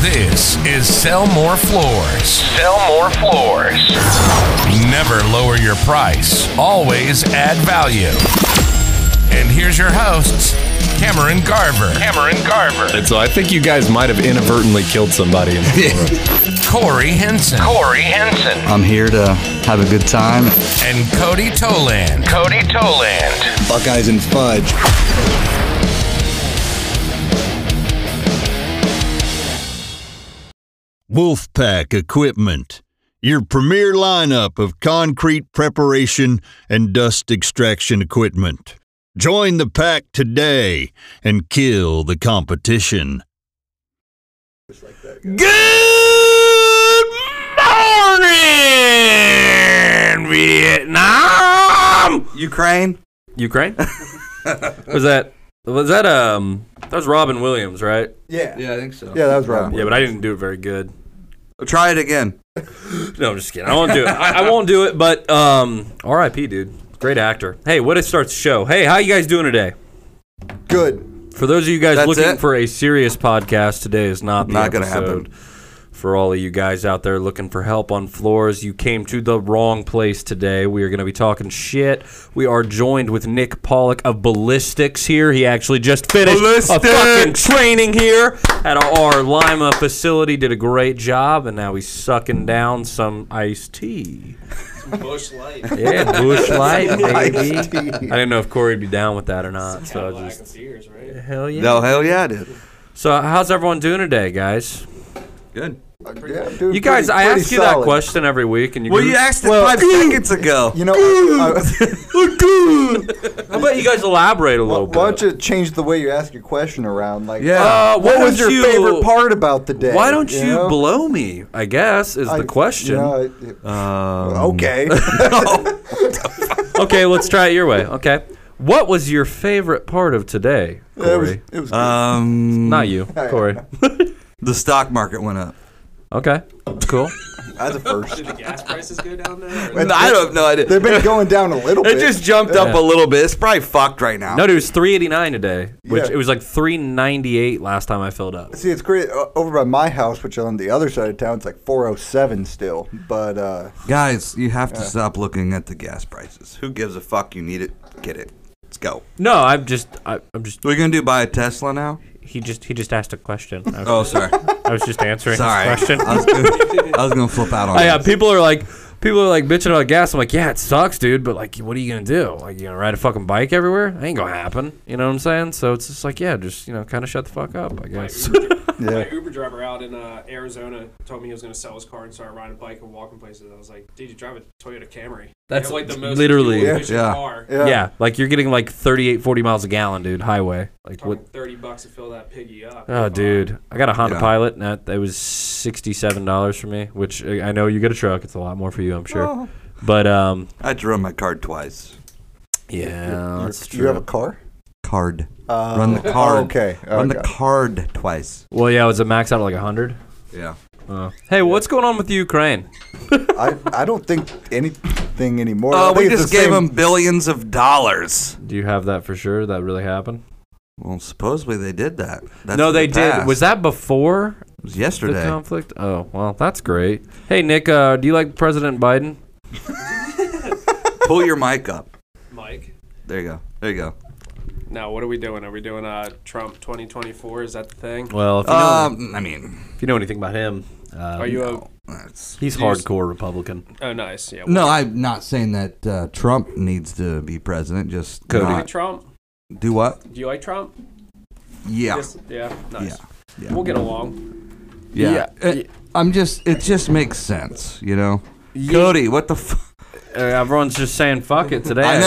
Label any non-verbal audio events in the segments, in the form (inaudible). This is Sell More Floors. Sell More Floors. Never lower your price, always add value. And here's your hosts, Cameron Garver. Cameron Garver. And so I think you guys might have inadvertently killed somebody. In the front row. Corey Henson. Corey Henson. I'm here to have a good time. And Cody Toland. Cody Toland. Buckeyes and fudge. Wolfpack Equipment, your premier lineup of concrete preparation and dust extraction equipment. Join the pack today and kill the competition. Good morning, Vietnam. Ukraine. Ukraine? (laughs) was that was that um that was Robin Williams, right? Yeah. Yeah, I think so. Yeah, that was right. Yeah, but I didn't do it very good. Try it again. No, I'm just kidding. I won't do it. I, I won't do it, but um R.I.P. dude. Great actor. Hey, what it starts the show. Hey, how you guys doing today? Good. For those of you guys That's looking it? for a serious podcast, today is not the Not gonna episode. happen. For all of you guys out there looking for help on floors, you came to the wrong place today. We are going to be talking shit. We are joined with Nick Pollock of Ballistics here. He actually just finished a fucking training here at our Lima facility. Did a great job, and now he's sucking down some iced tea. Bush light, (laughs) yeah, bush light, baby. I didn't know if Corey'd be down with that or not, so I just Hell yeah. No, hell yeah, I did. So how's everyone doing today, guys? Good. You guys, I ask you that question every week, and you. Well, guys- you asked it Well, (laughs) five seconds ago. You know, I, How about you guys elaborate a I, little why don't bit? you change the way you ask your question around? Like, Yeah. Uh, what why was your don't you- favorite part about the day? Why don't you, know? blow me? I guess is I- the question. Um, you know, I- okay. (laughs) okay, let's try it your way. Okay, what was your favorite part of today, it was. Corey? It was Um, (laughs) Not you, Corey. the stock market went up. (laughs) okay, cool. that's a first. I don't have no idea. (laughs) They've been going down a little bit. It just jumped up Yeah. a little bit. It's probably fucked right now. No, dude, it was three eighty nine today, which Yeah. it was like three ninety eight last time I filled up. See, it's great uh, over by my house, which is on the other side of town. It's like 407 still, but uh, Guys, you have to stop looking at the gas prices. Who gives a fuck? You need it. Get it. Let's go. No, I'm just, I, I'm just. What are you going to do? Buy a Tesla now? He just, he just asked a question. I was, Oh, sorry. I was just answering sorry. his (laughs) question. I was gonna- I was going to flip (laughs) out on Oh, yeah, that. people are like, people are like bitching about gas. I'm like, yeah, it sucks, dude. But like, what are you gonna do? Like, you gonna ride a fucking bike everywhere? That ain't gonna happen. You know what I'm saying? So it's just like, yeah, just you know, kind of shut the fuck up, I guess. yeah. (laughs) My Uber driver out in uh, Arizona told me he was going to sell his car and start riding a bike and walking places. I was like, "Dude, you drive a Toyota Camry? You That's have, literally- (laughs) fuel-efficient Yeah. car. Yeah. yeah. like you're getting like 38, 40 miles a gallon, dude. Highway, like Fucking what? Thirty bucks to fill that piggy up. Oh, dude, I got a Honda Yeah. Pilot, and that, that was sixty-seven dollars for me. Which uh, I know you get a truck; it's a lot more for you, I'm sure. Oh. But um, I had to run my card twice. yeah, that's You have a true. car? Card. Uh, Run the card. Okay. Run the okay. card twice. Well, yeah, it was a max out of like hundred. Yeah. Uh, hey, what's going on with Ukraine? I, I don't think anything anymore. I Uh, think we it's just the gave same- them billions of dollars. Do you have that for sure? That really happened? Well, supposedly they did that. That's no, in they the did. past. Was that before It was the yesterday? conflict? Oh, well, that's great. Hey, Nick, uh, do you like President Biden? Pull your mic up. Mike. There you go. There you go. Now, what are we doing? Are we doing uh, Trump 2024? Is that the thing? Well, if you, know, Um, I mean, if you know anything about him, uh, Are you that's, he's hardcore Republican. a? Oh, nice. Yeah. no, I'm not saying that uh, Trump needs to be president. Just Cody. Do you not- like Trump? do what? Do you like Trump? Yeah. Yes. Yeah. Nice. Yeah. Yeah. We'll get along. yeah. Uh, I'm just. It just makes sense, you know. Cody, what the? F- Uh, everyone's just saying fuck it today. I know.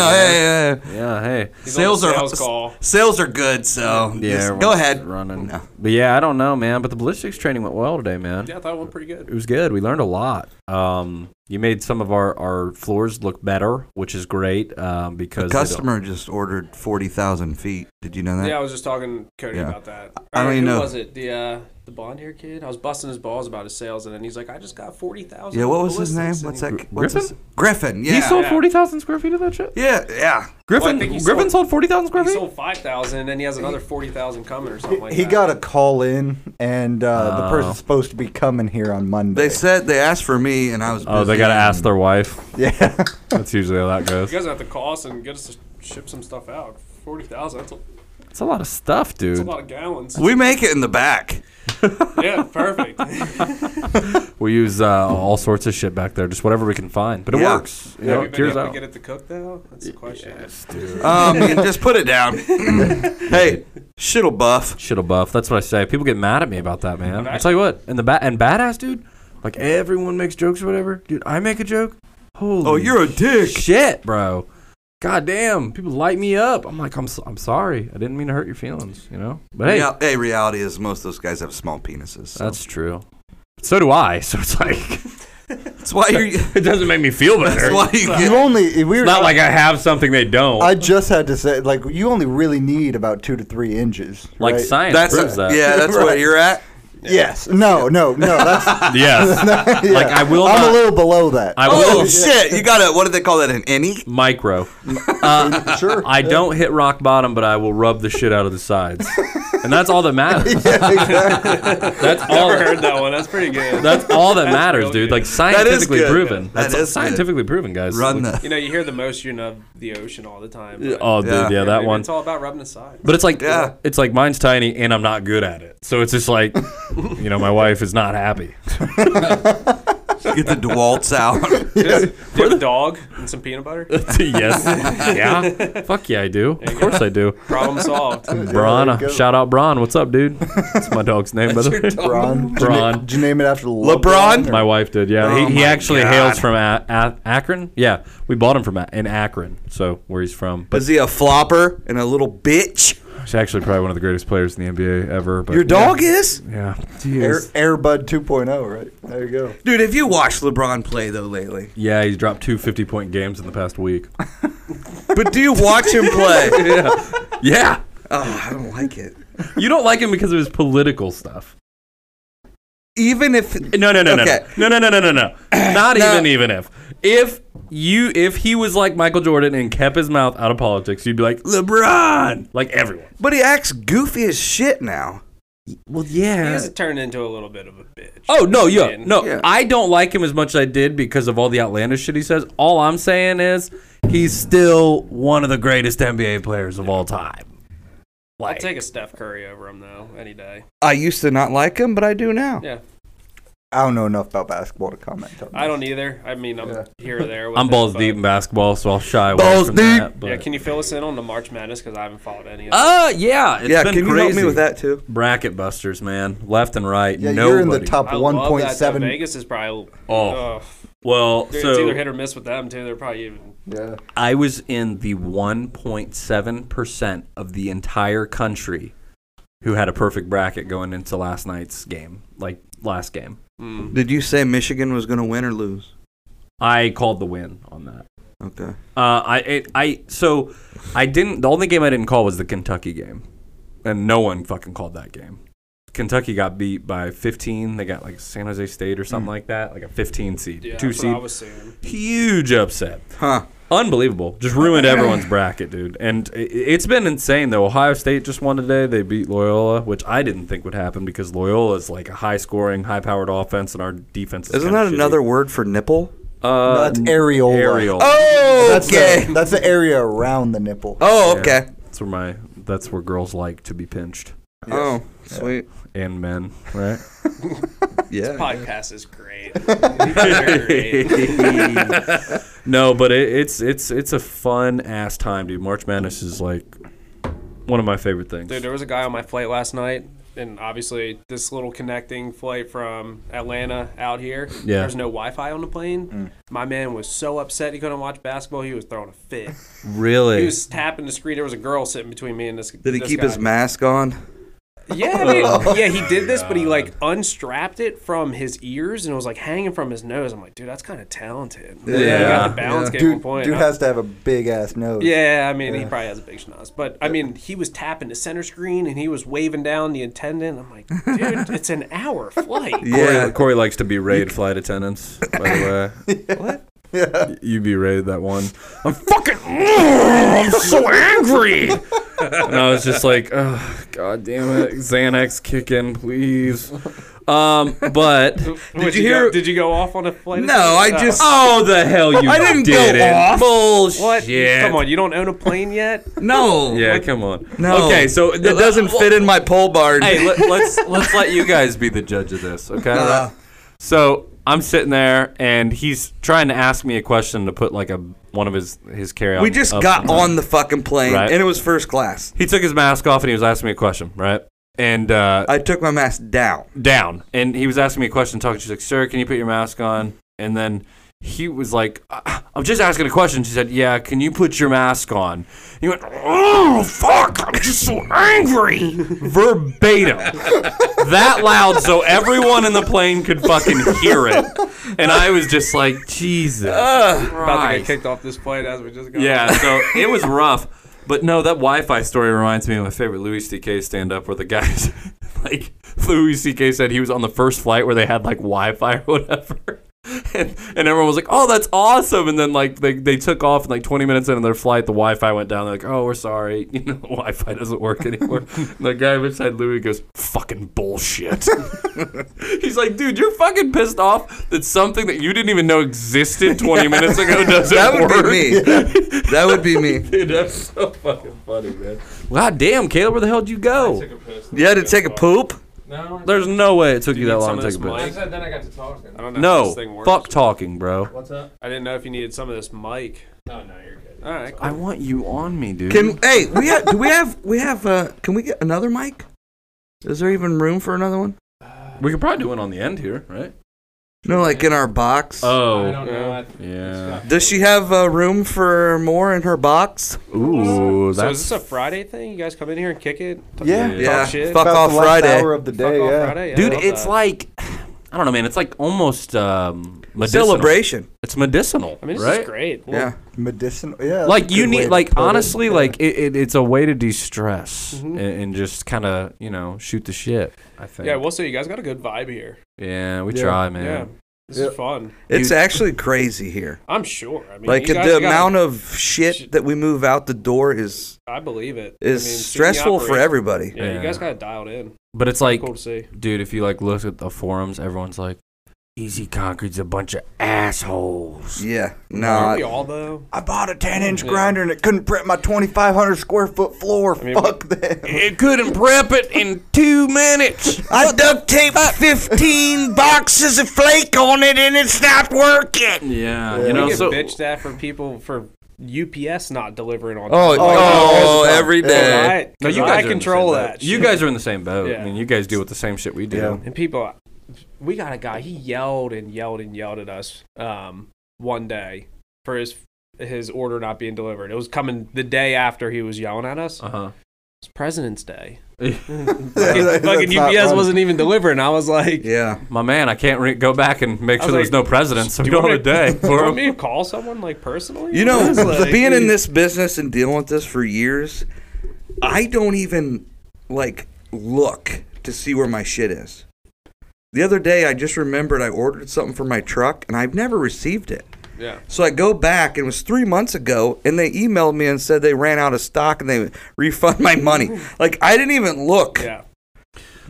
guess. Hey, hey, hey. Yeah, hey. He's on the Sales are- sales call. Sales are good, so Yeah, just go everyone's ahead. Running. No. But yeah, I don't know, man. But the ballistics training went well today, man. Yeah, I thought it went pretty good. It was good. We learned a lot. Um, You made some of our, our floors look better, which is great um, because The they don't- customer just ordered 40,000 feet. Did you know that? Yeah, I was just talking to Cody Yeah. about that. I don't Or even who know. Was it the uh, the blonde hair kid? I was busting his balls about his sales, and then he's like, "I just got forty thousand. Yeah, what was his name? What's that? What's his- Griffin, yeah. he sold Yeah. forty thousand square feet of that shit. yeah, yeah. Griffin think he Griffin sold- sold forty thousand square He feet. sold five thousand, and then he has another forty thousand coming or something like He that. got a call in, and uh, Oh. the person's supposed to be coming here on Monday. They said they asked for me, and I was. Oh, they busy. gotta ask their wife. (laughs) (laughs) yeah. That's usually how that (laughs) goes. You guys have to call us and get us to ship some stuff out. Forty thousand—that's a, that's It's a lot of stuff, a dude. lot of gallons. We make it in the back. yeah, (laughs) perfect. Have We use uh, all sorts of shit back there, just whatever we can find. But it Yeah. works. You you know, been it cures able to out. get it to cook though? That's the question. Um, you can just put it down. hey, shit'll buff. Shit'll buff. That's what I say. People get mad at me about that, man. I Bad- tell you what, and the ba- and badass dude, like everyone makes jokes or whatever. Dude, I make a joke. Holy Oh, you're a dick. shit, bro. God damn, people light me up. I'm like, I'm so- I'm sorry. I didn't mean to hurt your feelings, you know. But hey, Real- hey, reality is most of those guys have small penises. so- that's true. So do I. (laughs) So it's like That's why you. (laughs) it doesn't make me feel better. That's why you You get. only we It's were not like I have something they don't. I just had to say like you only really need about two to three inches. like right? science That's proves that. yeah. That's where Right. you're at. Yes. No. No. No. (laughs) (laughs) That's (laughs) Yes. yeah. Like, I will I'm not- a little below that. I will Oh shit! You got a what do they call that? An innie? micro. sure. (laughs) I don't hit rock bottom, but I will rub the shit out of the sides, and that's all that matters. (laughs) Yeah, exactly. That's all. Never heard that one. (laughs) That's pretty good. That's all that matters, really dude. good. Like scientifically good. proven. That that's is good. scientifically proven, guys. Run Like- the. you know, you hear the motion of the ocean all the time. but- Oh, dude, yeah, Yeah. I that mean, one. It's all about rubbing the side. But it's like Yeah. it's like mine's tiny and I'm not good at it. So it's just like you know, my wife is not happy. (laughs) Get the Dewalt's out. Do you have a dog and some peanut butter? yes. Yeah. Fuck yeah, I do. Of course I do. (laughs) Problem solved. Braun, there you go. shout out Braun. What's up, dude? That's my dog's name, by the way. Bron. Bron. Did you name it after LeBron? LeBron? My wife did, yeah. Oh he he my actually God. hails from a- a- Akron. Yeah, we bought him from a- in Akron, so where he's from. But Is he a flopper and a little bitch? he's actually probably one of the greatest players in the NBA ever. But Your dog is, yeah, Air, Airbud 2.0, right? There you go. dude. Have you watched LeBron play though lately? yeah, he's dropped two 50 point games in the (laughs) past week. But do you watch him play? yeah, Oh, I don't like it. you don't like him because of his political stuff. Even if No, no, no, Okay. no, no, no, no, no, no, no. Not No. even, even if if you if he was like Michael Jordan and kept his mouth out of politics, you'd be like LeBron, like everyone. but he acts goofy as shit now. Well, yeah, He's turned into a little bit of a bitch. Oh no, yeah, And- no. Yeah. I don't like him as much as I did because of all the outlandish shit he says. All I'm saying is he's still one of the greatest NBA players of all time. I'll Like, take a Steph Curry over him though any day. I used to not like him, but I do now. Yeah, I don't know enough about basketball to comment on. I don't either. I mean, I'm here (laughs) or there. With I'm it, balls but- deep in basketball, so I'll shy away Balls from deep. that. But. Yeah, can you fill us in on the March Madness? Because I haven't followed any of it. uh, yeah, it's yeah, been can you help me crazy. with that too? Bracket busters, man, left and right. Yeah, nobody. you're in the top I love that. though. 1.7. Vegas is probably. Oh. Oh, Well, it's so either hit or miss with them too. They're probably even. Yeah. I was in the 1.7% of the entire country who had a perfect bracket going into last night's game, like last game. Did you say Michigan was going to win or lose? I called the win on that. Okay. Uh, I it, I so I didn't. The only game I didn't call was the Kentucky game, and no one fucking called that game. Kentucky got beat by 15. They got like San Jose State or something like that, like a 15 seed, Hmm. Yeah, two that's what seed, I was seeing. huge upset. Huh. Unbelievable. Just ruined (laughs) everyone's bracket, dude. And i- i- it's been insane, though. Ohio State just won today. They beat Loyola, which I didn't think would happen because Loyola is like a high scoring, high powered offense, and our defense is Isn't kinda that shitty. another word for nipple? Uh, No, that's areola. aerial. Oh, That's, okay. the, that's the area around the nipple. oh, okay. That's where my that's where girls like to be pinched Oh, sweet. and men, right? Yeah. (laughs) Podcast is great. Great. no, but it, it's it's it's a fun ass time, dude. March Madness is like one of my favorite things. Dude, there was a guy on my flight last night, and obviously this little connecting flight from Atlanta out here. Yeah. There's no Wi-Fi on the plane. My man was so upset he couldn't watch basketball. He was throwing a fit. really? He was tapping the screen. There was a girl sitting between me and this. Did he this keep guy. his mask on? Yeah, (laughs) dude. yeah, he did this, but he like unstrapped it from his ears and it was like hanging from his nose. I'm like, dude, that's kind of talented. Yeah, he got the balance game Dude, one point. dude I- has to have a big ass nose. yeah, I mean, he probably has a big schnoz, but I mean, he was tapping the center screen and he was waving down the attendant. I'm like, (laughs) dude, it's an hour flight. Yeah. Corey, Corey likes to berate flight attendants. By the (laughs) way, what? Yeah. You berated that one. I'm fucking. mm, I'm so (laughs) angry. and I was just like, oh, god damn it, Xanax kick in, please. Um, but (laughs) did Did you, go, did you go off on a flight? Uh, No, I attendant? just. (laughs) Oh, the hell you I didn't go didn't. off. Bullshit. What? Come on, you don't own a plane yet? No. Yeah, come on. No. Okay, so it doesn't fit in my pole barn. hey, let, let's let's let you guys be the judge of this, okay? So I'm sitting there, and he's trying to ask me a question to put like a one of his his carry. we just got on the fucking plane, Right. and it was first class. He took his mask off, and he was asking me a question, right? And uh, I took my mask down. down, and he was asking me a question, talking. She's like, "Sir, can you put your mask on?" And then he was like, "I- "I'm just asking a question." She said, "Yeah, can you put your mask on?" He went, "Oh fuck, I'm just so angry." (laughs) Verbatim, that loud, so everyone in the plane could fucking hear it, and I was just like, "Jesus." About to Christ." (laughs) get kicked off this plane as we just got. Yeah, so (laughs) it was rough. But no, that Wi-Fi story reminds me of my favorite Louis C.K. stand-up, where the guys, (laughs) like Louis C.K. said, he was on the first flight where they had like Wi-Fi or whatever, (laughs) and, and everyone was like, "Oh, that's awesome!" And then like they, they took off, and like 20 minutes into their flight, the Wi-Fi went down. They're like, "Oh, we're sorry, (laughs) you know, Wi-Fi doesn't (laughs) work anymore." the guy beside Louis goes, "Fucking bullshit." (laughs) He's like, "Dude, you're fucking pissed off that something that you didn't even know existed (laughs) 20 minutes ago doesn't That would work." be (laughs) me. (laughs) That would be me. Dude, that's so fucking funny, man. God damn, Caleb, where the hell did you go? You had to take a poop. No, There's no way it took you that long to this take a piss. mic. Then I got to talking. I don't know if this thing No, works. fuck talking, bro. I didn't know if you needed some of this mic. Oh, No, no, you're good. All right, cool. I want you on me, dude. Can hey we have, do we have we have uh can we get another mic? Is there even room for another one? we could probably do one on the end here, right? No, like in our box. Oh, know. yeah. Does she have uh, room for more in her box? Ooh, So that's is this a Friday thing? You guys come in here and kick it? Talk- Yeah. talk Yeah. shit? Fuck About off the last Friday. hour of the Fuck day. off yeah. Friday? Yeah, dude. I love It's that. like I don't know, man. It's like almost um, medicinal. Celebration. It's medicinal, I mean, this right? is great. Well, Yeah. Medicinal. Yeah. that's a like you good way need to like put it. honestly Yeah. like it, it, it's a way to de-stress and, and just kind of you know shoot the shit i think Mm-hmm. Yeah, we'll see. You guys got a good vibe here. yeah we Yeah. try Yeah. man This is fun. It's actually crazy here. I'm sure. I mean, Like you guys the got- amount of shit that we move out the door is I believe it. I mean, is seeing the stressful for operation- everybody. Yeah, Yeah. you guys got it dialed in. but it's like Cool to see. dude if you like look at the forums everyone's like easy concrete's a bunch of assholes Yeah. Aren't No. we all though? I bought a 10 inch grinder and it couldn't prep my 2,500 square foot floor. mean, Fuck that. it couldn't prep it in two minutes I duct taped 15 boxes of flake on it and it's not working. yeah, you know We get so bitched at from people for UPS not delivering on Oh, time. oh, yeah. every day. I, no, you guys are I in the control same boat. that. you shit. guys are in the same boat Yeah. i mean you guys deal with the same shit we do Yeah. and people we got a guy he yelled and yelled and yelled at us um, one day for his his order not being delivered it was coming the day after he was yelling at us uh-huh it's (laughs) president's day Yeah, fucking, that's fucking not ups funny. wasn't even delivering i was like Yeah. my man i can't re- go back and make I sure was there's like, no president so do we (laughs) you don't have want a day (laughs) you for want him me to call someone like personally You know, (laughs) It's like- being in this business and dealing with this for years, I don't even like look to see where my shit is. The other day, I just remembered I ordered something for my truck and I've never received it. yeah So I go back, and it was three months ago, and they emailed me and said they ran out of stock and they (laughs) refund my money. Like, I didn't even look. yeah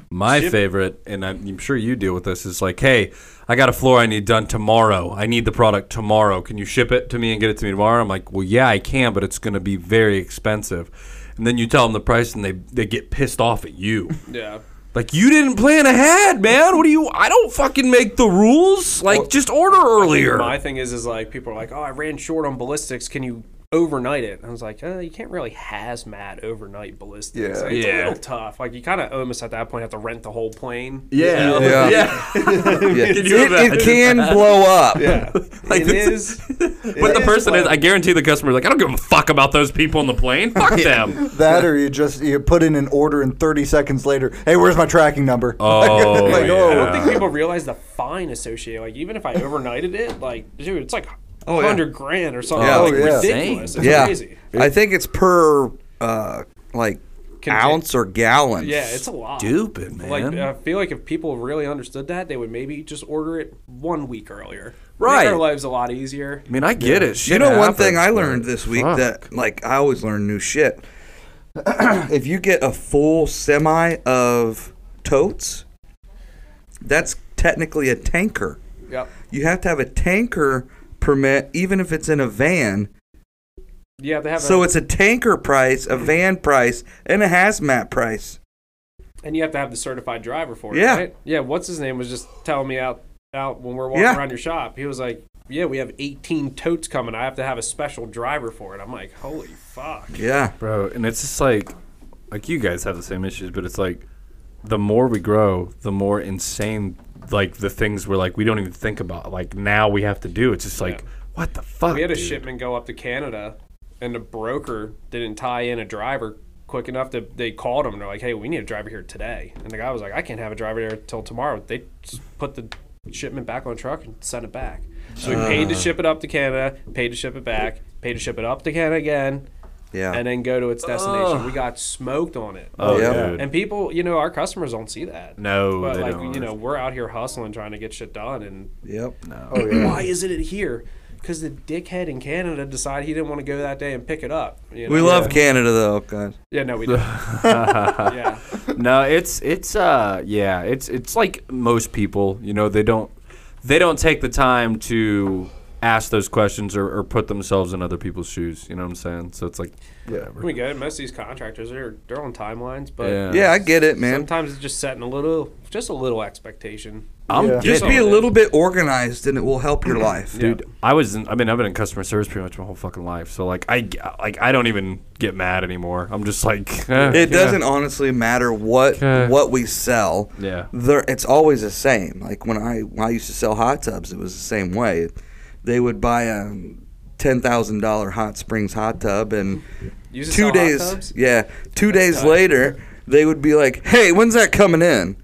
My favorite, and I'm, I'm sure you deal with this, is like, hey, I got a floor I need done tomorrow. I need the product tomorrow. Can you ship it to me and get it to me tomorrow? I'm like, well, yeah, I can, but it's going to be very expensive. And then you tell them the price, and they they get pissed off at you. yeah like, you didn't plan ahead, man. What do you? I don't fucking make the rules. Like, just order earlier. My thing is, is like people are like, "Oh, I ran short on ballistics. Can you overnight it. I was like, uh, you can't really hazmat overnight ballistics. Yeah. Like, it's Yeah. a little tough. Like you kind of almost at that point have to rent the whole plane. Yeah. Yeah. Yeah. Can It, you imagine? it can blow up. Like it this- is. But the is person is, like- I guarantee the customer is like, I don't give a fuck about those people on the plane. (laughs) Fuck them. That or you just you put in an order and 30 seconds later, hey, where's my tracking number? (laughs) Oh, like, I oh, don't think people realize the fine associated. Like even if I overnighted it, like dude, it's like Oh, yeah. hundred grand or something. Yeah. like, Oh, yeah. ridiculous. It's yeah. crazy. I think it's per uh, like Contain- ounce or gallon. Yeah, it's a lot. Stupid, man. Like I feel like if people really understood that, they would maybe just order it one week earlier. Right. Make our lives a lot easier. I mean, I get it. Shit you know one happens, thing I but learned this week fuck. that like I always learn new shit. (clears throat) if you get a full semi of totes, that's technically a tanker. Yep. You have to have a tanker permit even if it's in a van. Yeah, they have. So a, it's a tanker price, a van price, and a hazmat price. and you have to have the certified driver for it. Yeah. right? Yeah. What's his name was just telling me out out when we we're walking Yeah. around your shop. He was like, "Yeah, we have 18 totes coming. I have to have a special driver for it." I'm like, "Holy fuck." Yeah. bro and it's just like like you guys have the same issues but it's like the more we grow the more insane like the things we're like we don't even think about like now we have to do it's just like what the fuck We had a dude? shipment go up to Canada, and the broker didn't tie in a driver quick enough that they called him. And they're like, "Hey, we need a driver here today." And the guy was like, "I can't have a driver here till tomorrow." They just put the shipment back on a truck and sent it back. So we paid Uh. to ship it up to Canada, paid to ship it back, paid to ship it up to Canada again, Yeah. and then go to its destination. we got smoked on it. oh Yeah. dude. And people, you know, our customers don't see that. no But they like don't. you know, we're out here hustling, trying to get shit done, and yep. why isn't it here? Because the dickhead in Canada decided he didn't want to go that day and pick it up. you We know? love Canada though, guys. Yeah, no, we do. yeah, no it's it's uh yeah it's it's like most people you know they don't they don't take the time to ask those questions or, or put themselves in other people's shoes you know what i'm saying so it's like we good. Most of these contractors are they're on timelines, but yeah, Yeah, I get it, man. sometimes it's just setting a little, just a little expectation. i'm Yeah. Just be a little bit organized, and it will help your life. dude i was in, i mean i've been in customer service pretty much my whole fucking life so like i g- like i don't even get mad anymore i'm just like (laughs) eh, It yeah. doesn't honestly matter what Okay. what we sell. Yeah. There, it's always the same. Like when I when I used to sell hot tubs, it was the same way. They would buy a ten thousand dollar hot springs hot tub, and You used to two sell hot days, tubs? yeah, two days later, they would be like, "Hey, when's that coming in?"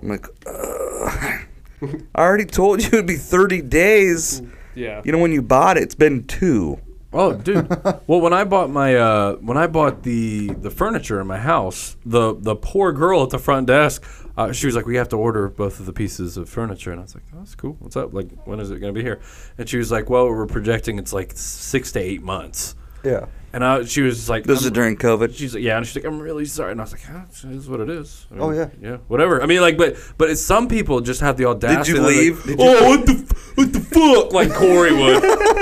I'm like, Ugh. (laughs) "I already told you it'd be thirty (laughs) days." Yeah, You know, when you bought it, it's been two. oh (laughs) dude well when i bought my uh when i bought the the furniture in my house the the poor girl at the front desk uh, she was like we have to order both of the pieces of furniture and i was like oh, that's cool what's up like when is it going to be here and she was like well we're projecting it's like six to eight months yeah. and I, she was just like This is "I'm- during (laughs) COVID. She's like, yeah, and she's like, I'm really sorry, and I was like, ah, it is what it is. I mean, Oh, yeah. yeah, whatever. I mean, like, but but it's, some people just have the audacity. you they're like, leave? Did you- oh, what the f- what the fuck? Like Corey (laughs) would.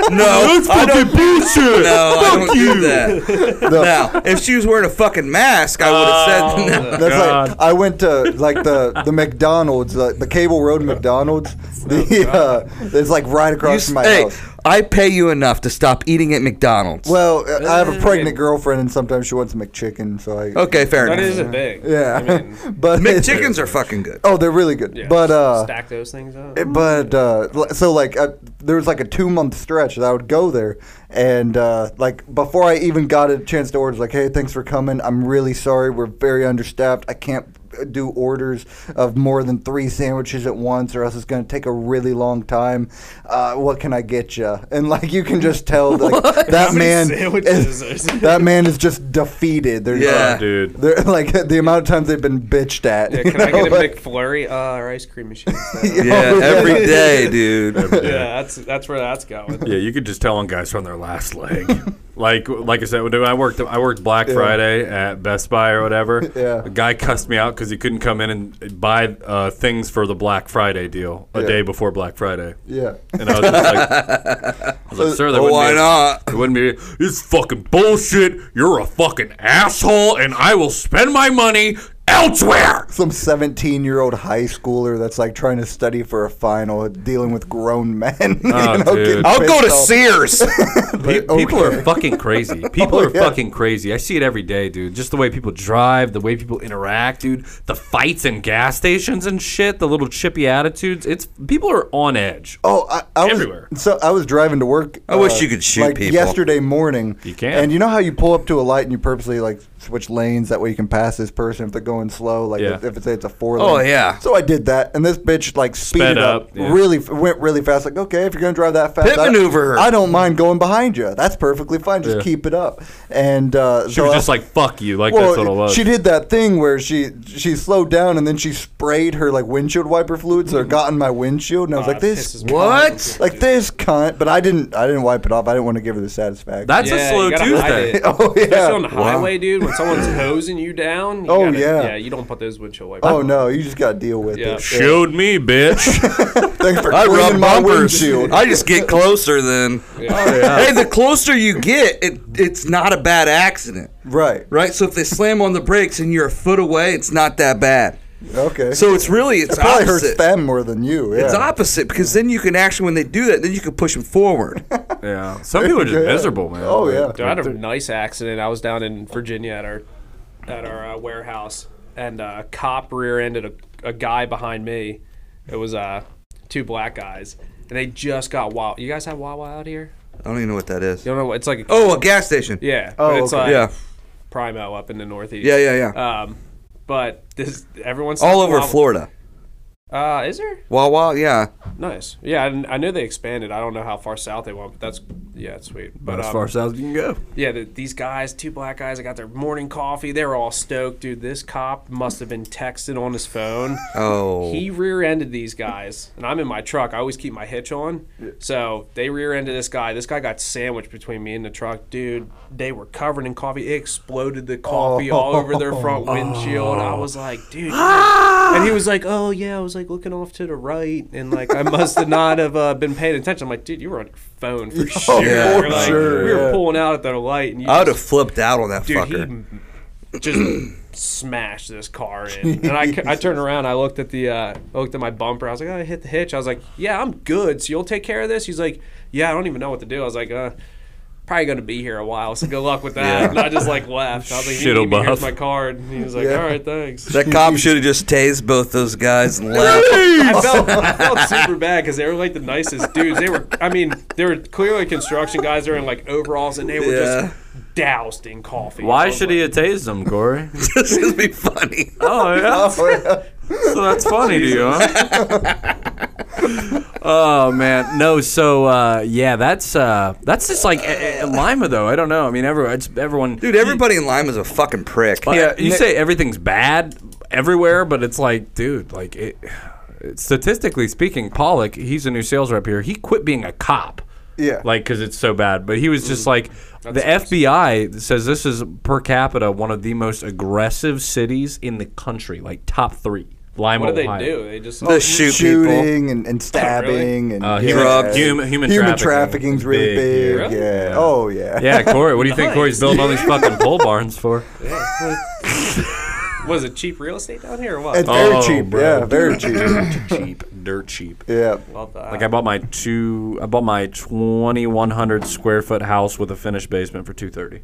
No, That's fucking (laughs) bullshit. No, fuck I don't you. do that. now, if she was wearing a fucking mask, I would have said no. That's God. like I went to like the the McDonald's, like the Cable Road McDonald's. The uh, it's like right You across s- from my hey, house. I pay you enough to stop eating at McDonald's. Well, uh, I have a pregnant girlfriend, and sometimes she wants McChicken. So I okay, fair that is enough. a thing. yeah, I mean, but McChickens are fucking good. (laughs) Oh, they're really good. yeah, But uh, stack those things up. it- but uh, l- so like uh, there was like a two month stretch that I would go there, and uh, like before I even got a chance to order, like, hey, thanks for coming. I'm really sorry. We're very understaffed. I can't uh, do orders of more than three sandwiches at once, or else it's going to take a really long time. Uh, what can I get you? And like you can just (laughs) tell like, that man sandwiches is- (laughs) that man is just defeated. They're Yeah. yeah. Dude, They're (laughs) like the amount of times they've been bitched at. Yeah, you can I know, get (laughs) a like- McFlurry? Uh, our ice cream machine. Oh, Yeah, every day, dude. yeah, that's that's where that's going. (laughs) yeah, you could just tell when guys are on their last leg. (laughs) like like I said, when I worked I worked Black Friday at Best Buy or (laughs) whatever. Yeah. a guy cussed me out because he couldn't come in and buy uh, things for the Black Friday deal a Yeah. day before Black Friday. Yeah. And I was just like, I was like, sir, there Well, wouldn't why be not? It wouldn't be. It's fucking bullshit. You're a fucking asshole, and I will spend my money elsewhere. some 17 year old high schooler that's like trying to study for a final, dealing with grown men. (laughs) you Oh, dude. getting I'll I'll go to pissed off. Sears. Pe- (laughs) But People okay. are fucking (laughs) crazy. Oh, Oh, People are fucking crazy. I see it every day, dude. Just the way people drive, the way people interact, dude. The fights in gas stations and shit. The little chippy attitudes. It's people are on edge. Oh, I, I was, Everywhere. So I was driving to work. uh, I wish you could shoot like people. yesterday morning. You can. And you know how you pull up to a light and you purposely like switch lanes that way you can pass this person if they're going slow. Like Yeah. if, if it's it's a four. Oh, lane. yeah. So I did that, and this bitch like speeded up, up, yeah. really f- went really fast. Like okay, if you're gonna drive that fast, Pit I- maneuver. I don't mind going behind you. That's perfectly fine. Just keep it up. And uh, She so was I- just like, "Fuck you," like that's what it was. she did that thing where she she slowed down and then she sprayed her like windshield wiper fluid, Mm-hmm. so it got in my windshield, and I was Ah, Uh, like, "This What? like this cunt, but I didn't. I didn't wipe it off. I didn't want to give her the satisfaction. that's Yeah, a slow you gotta hide Tuesday. it. (laughs) oh Especially on the yeah. highway, dude, (laughs) when someone's hosing you down. You Oh, gotta- yeah. Yeah, you don't put those windshield wipers. Oh on. no, you just got to deal with Yeah. it. Showed me, bitch. Thanks for I cleaning rub my bumpers. windshield. I just get closer then. Hey, the closer you get, it, it's not a bad accident, right. right? So if they slam on the brakes and you're a foot away, it's not that bad. Okay. So it's really it's it probably opposite. hurts them more than you. Yeah. It's opposite because then you can actually when they do that, then you can push them forward. (laughs) yeah, some people are just (laughs) Yeah. miserable, man. Oh yeah. Dude, I had a nice accident. I was down in Virginia at our at our uh, warehouse, and uh, a cop rear-ended a, a guy behind me. It was uh, two black guys, and they just got wild. You guys have Wawa out here? I don't even know what that is. You don't know what it's like. A, Oh, a gas station. yeah. Oh, but it's okay. like yeah, Primo up in the Northeast. yeah, yeah, yeah. Um, but this everyone's All over Wawa- Florida. Uh, is there? Wawa, yeah. Nice. Yeah, I, didn't- I knew they expanded. I don't know how far south they went, but that's yeah, it's sweet. But As um, far south as you can go. yeah, the, these guys, two black guys, I got their morning coffee. They were all stoked, dude. This cop must have been texting on his phone. Oh. He rear-ended these guys, and I'm in my truck. I always keep my hitch on, so they rear-ended this guy. This guy got sandwiched between me and the truck, dude. They were covered in coffee. It exploded the coffee all over their front Oh. windshield. I was like, dude. Ah. And he was like, "Oh yeah," I was like looking off to the right, and like I must have not have uh, been paying attention. I'm like, "Dude, you were on your phone for sure." (laughs) yeah, Oh, Like, Oh, sure, we were yeah. pulling out at the light, and you I would have just, flipped out on that dude, fucker. (clears throat) he just smashed this car in. And I, I turned around, I looked at the, uh, I looked at my bumper. I was like, "Oh, I hit the hitch." I was like, "Yeah, I'm good. So you'll take care of this?" He's like, "Yeah, I don't even know what to do." I was like, "Uh." Probably gonna be here a while, so good luck with that. And I just like left. I was like, Shit'll "Shit'll me buff." Here's my card." And he was like, Yeah. "All (laughs) right, thanks." That cop should have just tased both those guys and left. I felt, I felt super bad because they were like the nicest dudes. They were, I mean, they were clearly construction guys. They were in like overalls and they were Yeah. just doused in coffee. I Why was should like, he have tased him, Corey? (laughs) this would be funny. oh yeah. (laughs) So that's funny to you, huh? (laughs) oh man, no. So uh, yeah, that's uh, that's just like a, a- Lima, though. I don't know. I mean, everyone, it's, everyone, Dude, everybody in Lima's a fucking prick. But you say everything's bad everywhere, but it's like, dude, like it. (sighs) Statistically speaking, Pollock, he's a new sales rep here. He quit being a cop. Yeah. Like, because it's so bad. But he was Mm. just like, the FBI says this is per capita one of the most aggressive cities in the country, like top three. Lima, What do they Ohio. do? They just The shoot people. (laughs) Shooting and, and stabbing and Uh, yeah. human, human, human, Human trafficking. trafficking's really Big, big. yeah. Yeah. Oh yeah. Yeah, Corey, what do you think (laughs) Corey's building all these fucking pole barns for? was it cheap real estate down here or what? It's Oh, very cheap. bro. Yeah, very cheap. (clears throat) cheap, dirt cheap. yeah. Love that. Like I bought my two, I bought my twenty one hundred square foot house with a finished basement for two thirty.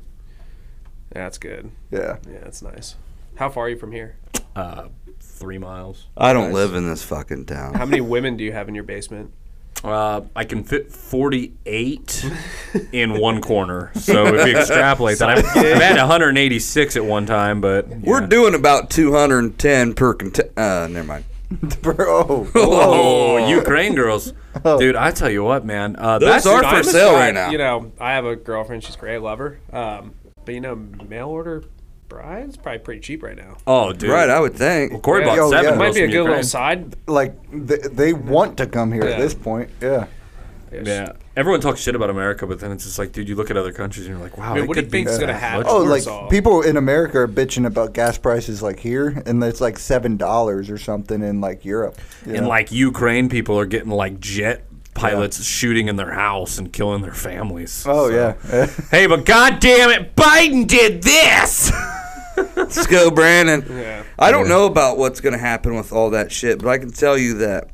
yeah, that's good. Yeah. (laughs) Yeah, that's nice. How far are you from here? Three miles. I don't live in this fucking town. (laughs) How many women do you have in your basement? Uh, I can fit forty eight in one corner. So if you extrapolate (laughs) that, I've, I've had one hundred eighty six at one time, but yeah. We're doing about 210 per cont- uh never mind. Bro. (laughs) Oh, Ukraine (laughs) girls, Oh. dude! I tell you what, man, uh, Those that's are Dude, for I'm a sale guy- right now. You know, I have a girlfriend. She's great. I love her. Um, but you know, mail order brides probably pretty cheap right now. oh, dude, Right, I would think. Corey Yeah. bought Yo, seven. yeah. It might girls be a from good little Ukraine. side. Like they, they want to come here Yeah. at this point. Yeah. Yeah, everyone talks shit about America, but then it's just like, dude, you look at other countries and you're like, wow, Dude, they what do you could be think's that gonna much happen? Oh, Or like so. people in America are bitching about gas prices like here, and it's like seven dollars or something in like Europe. you And know? like Ukraine people are getting like jet pilots shooting in their house and killing their families. oh So- yeah, Hey, but goddamn it, Biden did this. Let's go, Brandon. Yeah. I don't know about what's going to happen with all that shit, but I can tell you that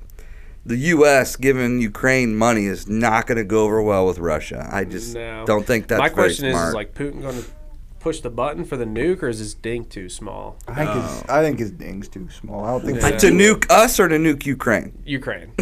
the U.S. giving Ukraine money is not going to go over well with Russia. I just No. don't think that's My very question is, smart. is like Putin going to push the button for the nuke, or is his dink too small? (laughs) I think his I think his ding's too small. I don't think Yeah. to nuke us or to nuke Ukraine? Ukraine.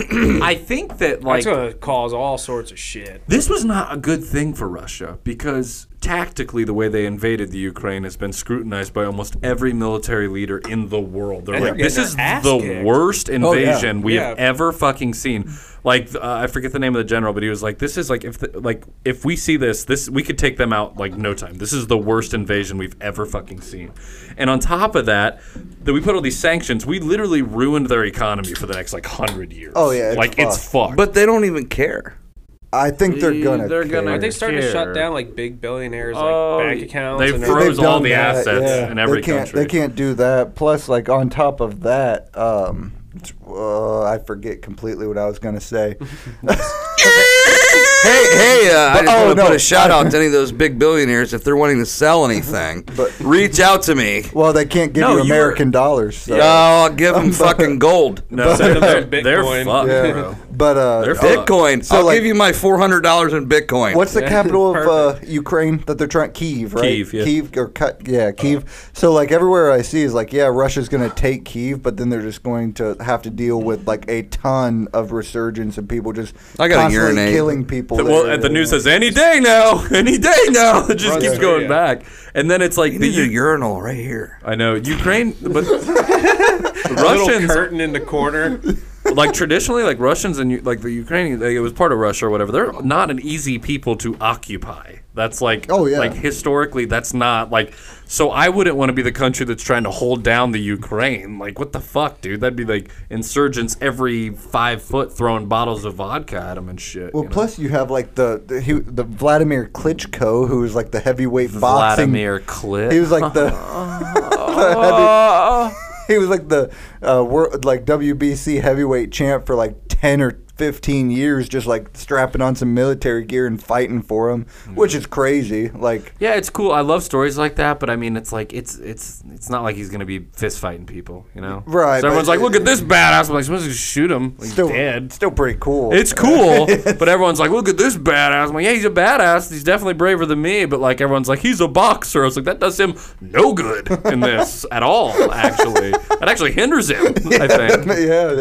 I think that (laughs) like That's going to cause all sorts of shit. this was not a good thing for Russia because tactically the way they invaded the Ukraine has been scrutinized by almost every military leader in the world. They're And like, they're this getting is their ass the kicked." worst invasion we have Oh, Yeah. ever fucking seen. Like uh, I forget the name of the general, but he was like, "This is like if the, like if we see this, this we could take them out like no time. This is the worst invasion we've ever fucking seen." And on top of that, that we put all these sanctions, we literally ruined their economy for the next like hundred years. Oh, yeah, it's like it's fucked. But they don't even care. I think they're gonna. They're gonna- care. Aren't they starting to Here. shut down like big billionaires' Oh, like bank accounts? they've and They've froze all done the that, assets in every they can't, country. They can't do that. Plus, like on top of that, um, uh, I forget completely what I was gonna say. Hey, hey! Uh, I just oh, want to no. put a shout out to any of those big billionaires if they're wanting to sell anything. (laughs) reach out to me. well, they can't give No, you you were- American dollars. So. No, I'll give (laughs) them fucking gold, (laughs) No, Send them they're, some they're Bitcoin. fucked, Yeah. bro. But uh, They're fucked. Bitcoin. So, I'll like- give you my four hundred dollars in Bitcoin. What's the Yeah, capital of uh, Ukraine that they're trying? Kiev, right? Kyiv, yeah. Kyiv or cut? Yeah, Kiev. So like everywhere I see is like, yeah, Russia's going to take Kiev, but then they're just going to have to deal with like a ton of resurgence and people just I gotta constantly urinate. killing people. (laughs) Well, there, and the you news know? says any day now, (laughs) any day now. It just keeps through going you. back, and then it's like You the. need a U- urinal right here. I know Ukraine, (laughs) but little Russians curtain in the (laughs) corner. like traditionally, like Russians and U- like the Ukrainian, like, it was part of Russia or whatever. They're not an easy people to occupy. That's like, Oh, yeah. like historically, that's not like. So I wouldn't want to be the country that's trying to hold down the Ukraine. Like, what the fuck, dude? That'd be like insurgents every five foot throwing bottles of vodka at them and shit. Well, you know? plus you have like the the, he, the Vladimir Klitschko, who is like the heavyweight boxing. Vladimir Clit. He was like the. the heavy- (laughs) he was like the uh, world, like WBC heavyweight champ for like ten or fifteen years, just like strapping on some military gear and fighting for him, which is crazy. Like, yeah, it's cool. I love stories like that, but I mean, it's like it's it's it's not like he's gonna be fist fighting people, you know? Right, So everyone's but- like, look at this badass. I'm like, supposed to shoot him. He's still dead. still pretty cool. It's cool, but everyone's like, "Look at this badass!" I'm like, "Yeah, he's a badass. He's definitely braver than me." But like, everyone's like, "He's a boxer." I was like, "That does him no good (laughs) in this at all. Actually, that actually hinders him." I think. (laughs) (laughs) yeah,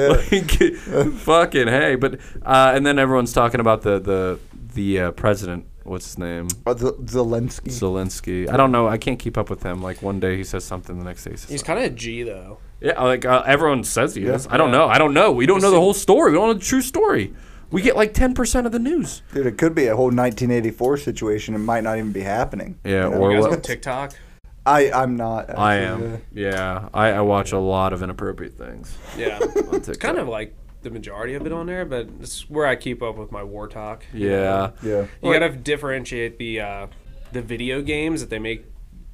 yeah. Like, (laughs) fucking hey! But uh, and then everyone's talking about the the the uh, president. What's his name? Uh, Z- Zelensky. Zelensky. I don't know. I can't keep up with him. Like one day he says something, the next day he says He's something. kind of a G though. Yeah, like uh, everyone says he is. I don't know. I don't know. We don't know the whole story. We don't know the true story. We get like ten percent of the news. Dude, it could be a whole 1984 situation. It might not even be happening. Yeah, You or guys on what? TikTok? I, I'm not. I actually, uh, am. Yeah, I, I watch a lot of inappropriate things. Yeah, it's kind of like the majority of it on there, but it's where I keep up with my war talk. Yeah. Yeah. You gotta differentiate the uh, the video games that they make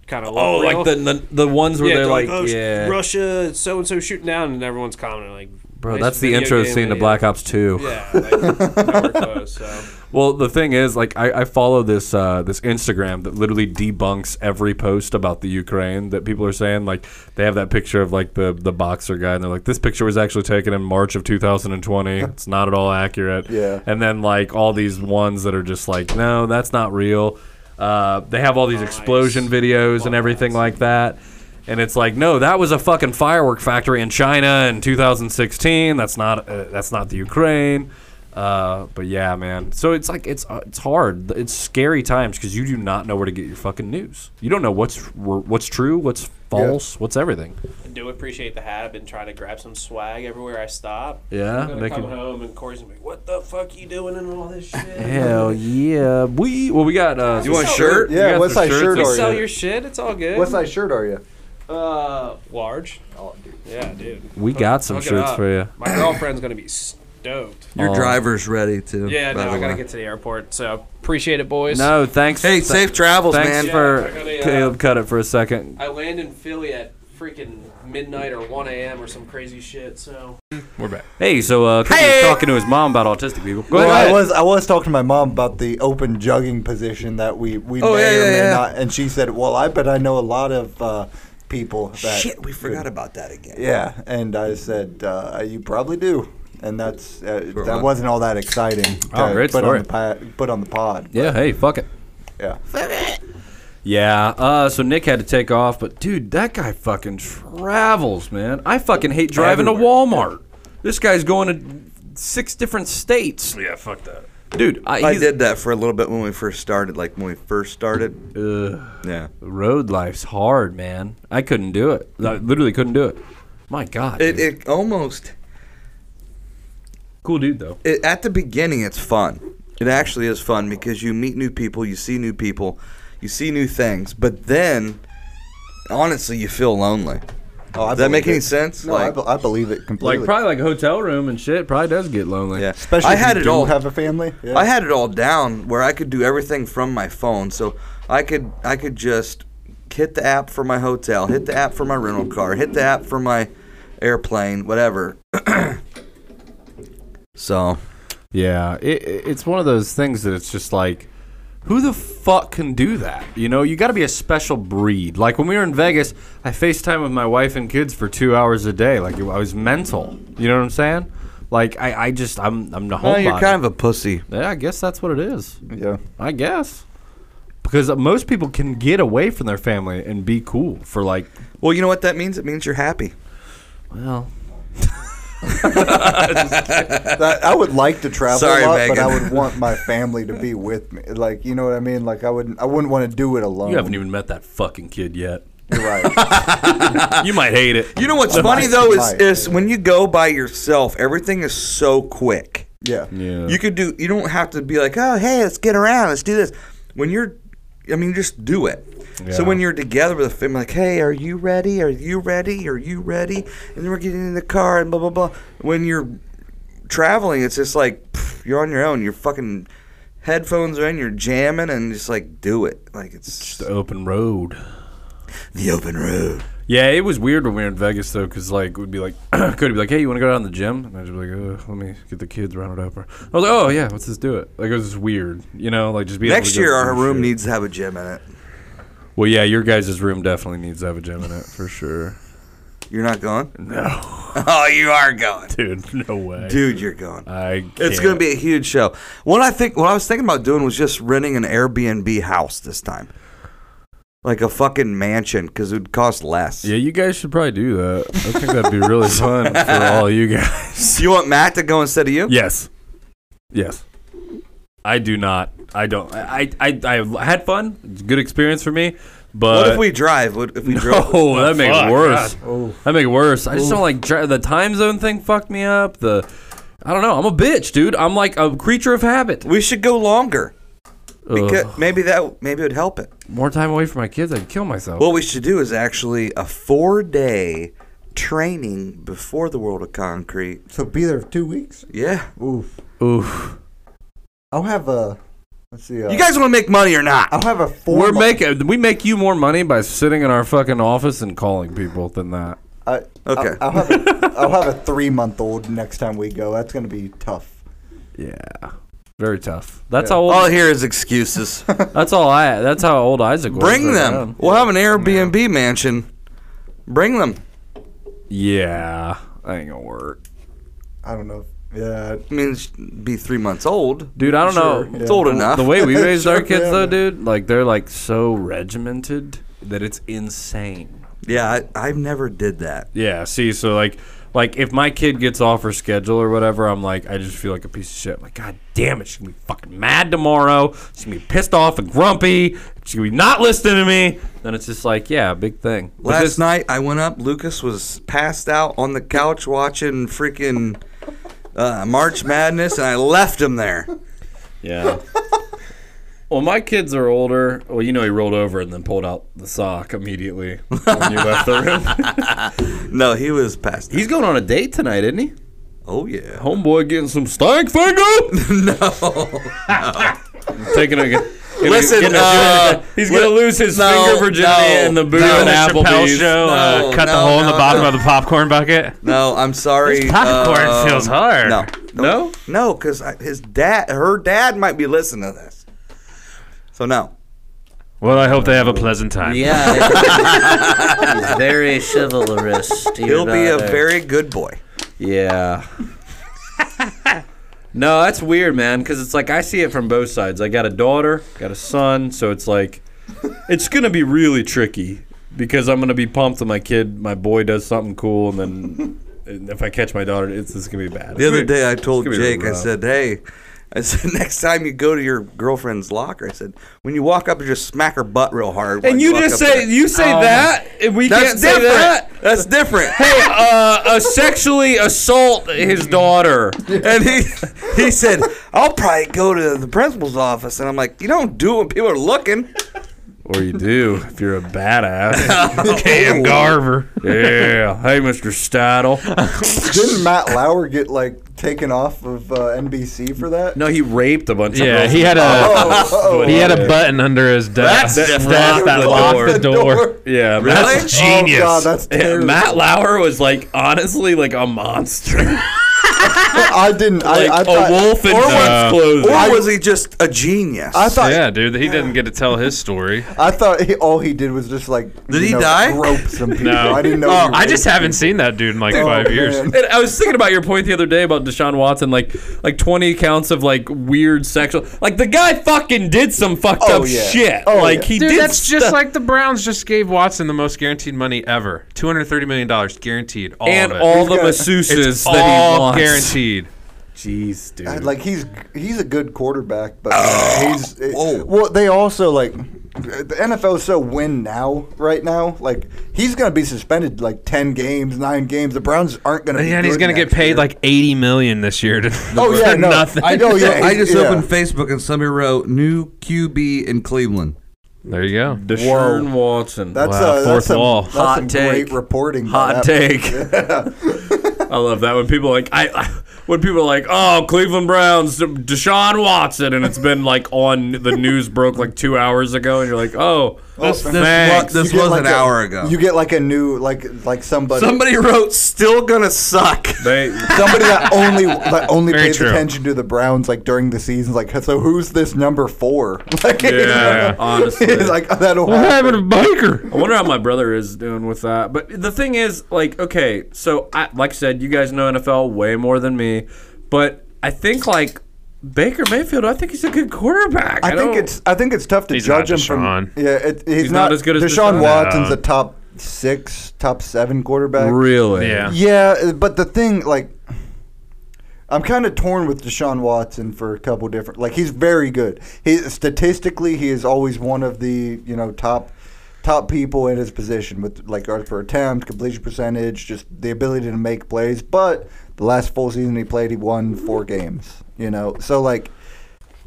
kind of Oh, like the, the the ones where yeah, they're like, oh, yeah, Russia so and so shooting down, and everyone's commenting like, bro, nice that's the video intro game scene to video. Black Ops Two. Yeah, (laughs) like, nowhere close. So Well, the thing is, like, I, I follow this uh, this Instagram that literally debunks every post about the Ukraine that people are saying. Like, they have that picture of like the the boxer guy, and they're like, "This picture was actually taken in March of 2020. (laughs) It's not at all accurate." Yeah. And then like all these ones that are just like, "No, that's not real." Uh, they have all these explosion videos and everything like that. And it's like, no, that was a fucking firework factory in China in 2016. That's not uh, that's not the Ukraine. Uh, but yeah, man. So it's like it's uh, it's hard. It's scary times because you do not know where to get your fucking news. You don't know what's r- what's true, what's false, what's everything. I do appreciate the hat. I've been trying to grab some swag everywhere I stop. Yeah, I'm gonna make come it- home and Corey's gonna be, what the fuck you doing and all this shit? Hell yeah, we well we got. Uh, You want a shirt? Yeah, what size shirt We are sell you? your shit. It's all good. What size shirt are you? Uh, large. Yeah, dude. We got some Hook it shirts up. for you. My girlfriend's gonna be stoked. Oh. Your driver's ready too. Yeah, by no, the I gotta way. get to the airport. So appreciate it, boys. No, thanks. Hey, th- safe travels, Thanks man. Yeah, for I gotta, uh, Caleb. Cut it for a second. I land in Philly at freaking midnight or 1 a.m. or some crazy shit. So Hey, so uh, Chris was talking to his mom about autistic people. Go Well, I ahead. was I was talking to my mom about the open jugging position that we we Oh, may yeah, or yeah, may yeah. not, and she said, "Well, I bet I know a lot of uh, people. That Shit, we forgot about that again. Yeah, and I said, uh, "You probably do," and that's uh, that wasn't all that exciting. Oh, to great put story. On the pa- put on the pod. Yeah, hey, fuck it. Yeah. Yeah, uh, so Nick had to take off, but dude, that guy fucking travels, man. I fucking hate driving to Walmart. This guy's going to six different states. Yeah, fuck that. Dude, I, I he's- did that for a little bit when we first started. Like when we first started. yeah. road life's hard, man. I couldn't do it. I literally couldn't do it. My God. It, dude. it almost cool dude, though. it, at the beginning it's fun. It actually is fun because you meet new people, you see new people, you see new things. But then, honestly, you feel lonely. Oh, I Does that make believe any it. sense? No, I, like, be- I believe it completely. Like, probably like a hotel room and shit probably does get lonely. yeah. Especially I if had you it do all. Have (laughs) a family. Yeah. I had it all down where I could do everything from my phone. So I could I could just hit the app for my hotel, hit the app for my rental car, hit the app for my airplane, whatever. (clears throat) so Yeah, it, it- it's one of those things that it's just like, who the fuck can do that? You know, you got to be a special breed. Like when we were in Vegas, I FaceTime with my wife and kids for two hours a day. Like it, I was mental. You know what I'm saying? Like I, I just, I'm, I'm the well, homebody. you're kind of a pussy. yeah, I guess that's what it is. Yeah. I guess because most people can get away from their family and be cool for like, Well, you know what that means? It means you're happy. well, That- I would like to travel Sorry, a lot, but Megan. I would want my family to (laughs) be with me. Like, you know what I mean? Like, I wouldn't. I wouldn't want to do it alone. you haven't even met that fucking kid yet. You're (laughs) right. you might hate it. You know what's funny though is, Right. is when you go by yourself, everything is so quick. Yeah. Yeah. You could do. You don't have to be like, oh, hey, let's get around, let's do this. When you're, I mean, just do it. So Yeah. when you're together with a family, like, hey, are you ready? Are you ready? Are you ready? And then we're getting in the car and blah blah blah. When you're traveling, it's just like pff, you're on your own. Your fucking headphones are in. You're jamming and just like do it. Like it's the open road. the open road. Yeah, it was weird when we were in Vegas though, because like we'd be like, (clears throat) Cody would be like, "Hey, you want to go down to the gym?" And I'd just be like, "Uh, "Let me get the kids rounded up." Or, I was like, "Oh yeah, let's just do it." Like it was just weird, you know, like just be. able to Next go year, do our some room shit. needs to have a gym in it. Well, yeah, your guys' room definitely needs to have a gym in it for (laughs) sure, You're not going? (laughs) No. Oh, you are (laughs) going. dude. No way, Dude, you're going. I. Can't. It's going to be a huge show. What I think, what I was thinking about doing was just renting an Airbnb house this time, like a fucking mansion, because it would cost less. Yeah, you guys should probably do that. I think that'd (laughs) be really fun for all you guys. Do you want Matt to go instead of you? Yes. Yes. I do not. I don't. I. I. I, I had fun. It's a good experience for me. But What if (laughs) we drive? What if we drove? Oh, that makes it worse. That make it worse. I just don't like dri the time zone thing. Fucked me up. The I don't know. I'm a bitch, dude. I'm like a creature of habit. We should go longer. Ugh. Beca- maybe that maybe it would help it. More time away from my kids, I'd kill myself. What we should do is actually a four day training before the world of concrete. So be there for two weeks. Yeah. Oof. Oof. I'll have a. Let's see. Uh, You guys want to make money or not? Uh-huh. I'll have a four. We're mo- making we make you more money by sitting in our fucking office and calling people than that. I, Okay. I'll, I'll have a, I'll have a three month old next time we go. That's gonna be tough. Yeah. Very tough. That's how old. All I hear is excuses. (laughs) That's all I. That's how old Isaac was. Bring right them. around. We'll have an Airbnb mansion. Bring them. Yeah. That ain't gonna work, I don't know. if- Yeah. (laughs) I mean, it's- be three months old. dude. I don't Sure, know. yeah. It's old enough. the way we (laughs) raised our Sure, kids yeah, though, man. dude, like they're like so regimented that it's insane. (laughs) yeah, I, I never did that. Yeah, see, so like like if my kid gets off her schedule or whatever, I'm like I just feel like a piece of shit. I'm like, God damn it, she's gonna be fucking mad tomorrow. She's gonna be pissed off and grumpy. She's gonna be not listening to me. Then it's just like, yeah, big thing. But Last this- night I went up. Lucas was passed out on the couch watching freaking uh, March Madness, and I left him there. Yeah. (laughs) Well, my kids are older. Well, you know, he rolled over and then pulled out the sock immediately when you left the room. No, he was passed. out. He's going on a date tonight, isn't he? Oh yeah. Homeboy getting some stank (laughs) finger. no. Taking a. Gonna, Listen, getting a- uh, he's gonna li- lose his no, (laughs) finger virginity no, in the booth no. at Chappelle Applebee's. show, No, uh, cut the no, hole in the no, bottom no. of the popcorn bucket. No, I'm sorry. Popcorn um, feels hard. No, Uh, No? no, because his dad, her dad, might be listening to this. So no. Well, I hope they have a pleasant time. (laughs) Yeah. he's very chivalrous. to your He'll be a daughter. very good boy. Yeah. no, that's weird, man, because it's like I see it from both sides. I got a daughter, got a son, so it's like it's gonna be really tricky because I'm gonna be pumped that my kid, my boy, does something cool, and then and if I catch my daughter, it's, it's gonna be bad. The other day, I It's told gonna be Jake, I rough. said, "Hey, I said (laughs) next time you go to your girlfriend's locker, I said when you walk up, you just smack her butt real hard." when and you walk just up say there." you say Um, that, and we that's can't say different. that. That's different. Hey, uh, uh, sexually assault his daughter. and he he said, (laughs) "I'll probably go to the principal's office," and I'm like, "You don't do it when people are looking." Or you do if you're a (laughs) badass. Cam Garver. yeah. Hey, Mr. Stidle. Didn't Matt Lauer get like taken off of uh, NBC for that? No, he raped a (laughs) bunch of Yeah, girls. he had (laughs) a Oh, he had a button under his desk That's different. desk that The locked the door. (laughs) door. Yeah, That's Matt, genius. Oh god, that's yeah, terrible. Matt Lauer was like honestly like a monster, (laughs) I didn't. like I, I a thought, wolf in one's Or clothing. was he just a genius? I thought. yeah, dude, he didn't get to tell his story. I thought he, all he did was just like. Did you he know, die? Grope (laughs) some people. No. I didn't know. he I raped just haven't seen that dude in like five years. man. Oh, And I was thinking about your point the other day about Deshaun Watson, like like twenty accounts of like weird sexual, like the guy fucking did some fucked Oh, up yeah. shit. Oh, like yeah. he Dude, did. that's just stuff. like the Browns just gave Watson the most guaranteed money ever. Two hundred thirty million dollars guaranteed. All and of it. all the got- masseuses it's that he all wants. (laughs) guaranteed. Jeez, dude. God, like he's he's a good quarterback, but Ah, he's it- well. They also like the NFL is so win now right now. Like he's gonna be suspended like ten games, nine games. The Browns aren't gonna. be Yeah, and he's good gonna get next paid year. like eighty million this year to (laughs) Oh yeah, no. nothing. I know. Yeah, (laughs) I just yeah. opened Facebook and somebody wrote new QB in Cleveland. There you go. Deshaun Watson. That's Wow, uh, that's fourth some, wall. That's Hot some take. great reporting. by Hot that- take. (laughs) I love that when people are like I, I when people are like oh Cleveland Browns Deshaun Watson and it's been like on the news broke like two hours ago and you're like oh This, this, was, thanks. this You get was like an a- hour ago. You get like a new like like somebody Somebody wrote, "Still gonna suck." they somebody that only that (laughs) only Very pays true. attention to the Browns like during the season. Like so, who's this number four? (laughs) Like, Yeah. (laughs) honestly it's like oh, that'll. What happen. happened to Baker? I wonder how my brother is doing with that. But the thing is, like, okay, so I like I said, you guys know NFL way more than me, but I think like Baker Mayfield, I think he's a good quarterback. I think don't- it's I think it's tough to He's judge not him from. Deshaun. Yeah, it, he's, not as good as Deshaun, Deshaun. Watson's No. a top six, top seven quarterback. really Yeah. Yeah, uh, but the thing like. I'm kind of torn with Deshaun Watson for a couple different. Like he's very good. He statistically, he is always one of the you know top top people in his position with like yards per attempt, completion percentage, just the ability to make plays. But the last full season he played, he won four games. You know, so like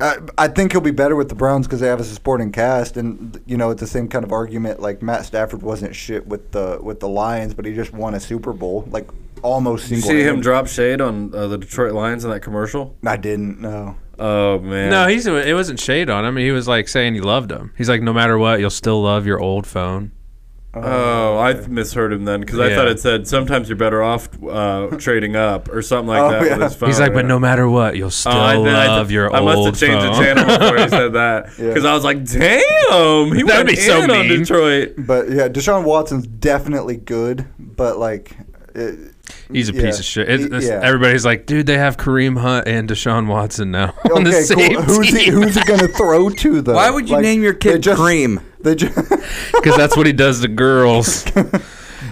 I, I think he'll be better with the Browns because they have a supporting cast, and you know it's the same kind of argument. Like Matt Stafford wasn't shit with the with the Lions, but he just won a Super Bowl, like almost You single. see him drop shade on uh, the Detroit Lions in that commercial? I didn't know. Oh man. No, he's it wasn't shade on him. He was like saying he loved him. He's like, no matter what, you'll still love your old phone. Oh, I misheard him then because I Yeah. thought it said sometimes you're better off uh, trading up or something like Oh, that. yeah. With his phone. He's like, but no matter what, you'll Oh, still I, did- I, love your I old phone. must have changed the channel before he said (laughs) that because I was like, damn, That he would went be so in on mean. Detroit. But yeah, Deshaun Watson's definitely good, but like, it, He's a Yeah. piece of shit. It's- He- it's- yeah. Everybody's like, dude, they have Kareem Hunt and Deshaun Watson now on the okay, same cool. (laughs) Who's he, team who's he gonna throw to though? Why would you Like, name your they kid just- Cream? They just because that's what he does to girls.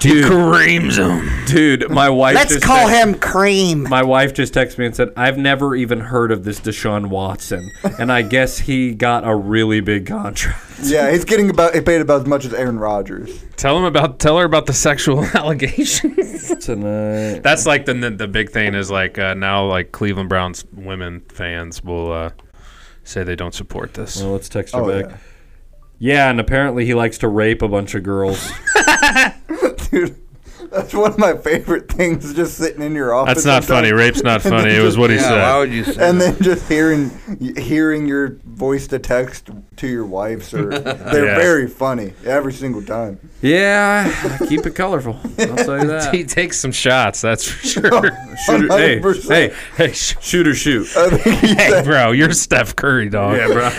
Dude, Kareem's them. Dude, my wife. just text- him Cream. My wife just texted me and said, I've never even heard of this Deshaun Watson. And I guess he got a really big contract. (laughs) yeah, he's getting about he paid about as much as Aaron Rodgers. Tell him about. Tell her about the sexual (laughs) allegations. (laughs) Tonight. That's like the the big thing is like uh, now like Cleveland Browns women fans will uh, say they don't support this. Well, let's text her Oh, back. Yeah. and apparently he likes to rape a bunch of girls. Dude, that's one of my favorite things. Just sitting in your (laughs) office. That's not and stuff. funny. Rape's not funny. It was what he why said. would you say? (laughs) and then just hearing hearing your voice to text to your (laughs) wives are they're Yeah. very funny every single time. yeah, keep it colorful. I'll (laughs) tell you that. He takes some shots. That's for sure. Shoot or, hey, 100%. hey, hey, sh- shoot or shoot. I think he hey, said- bro, you're Steph Curry, dog. yeah, bro.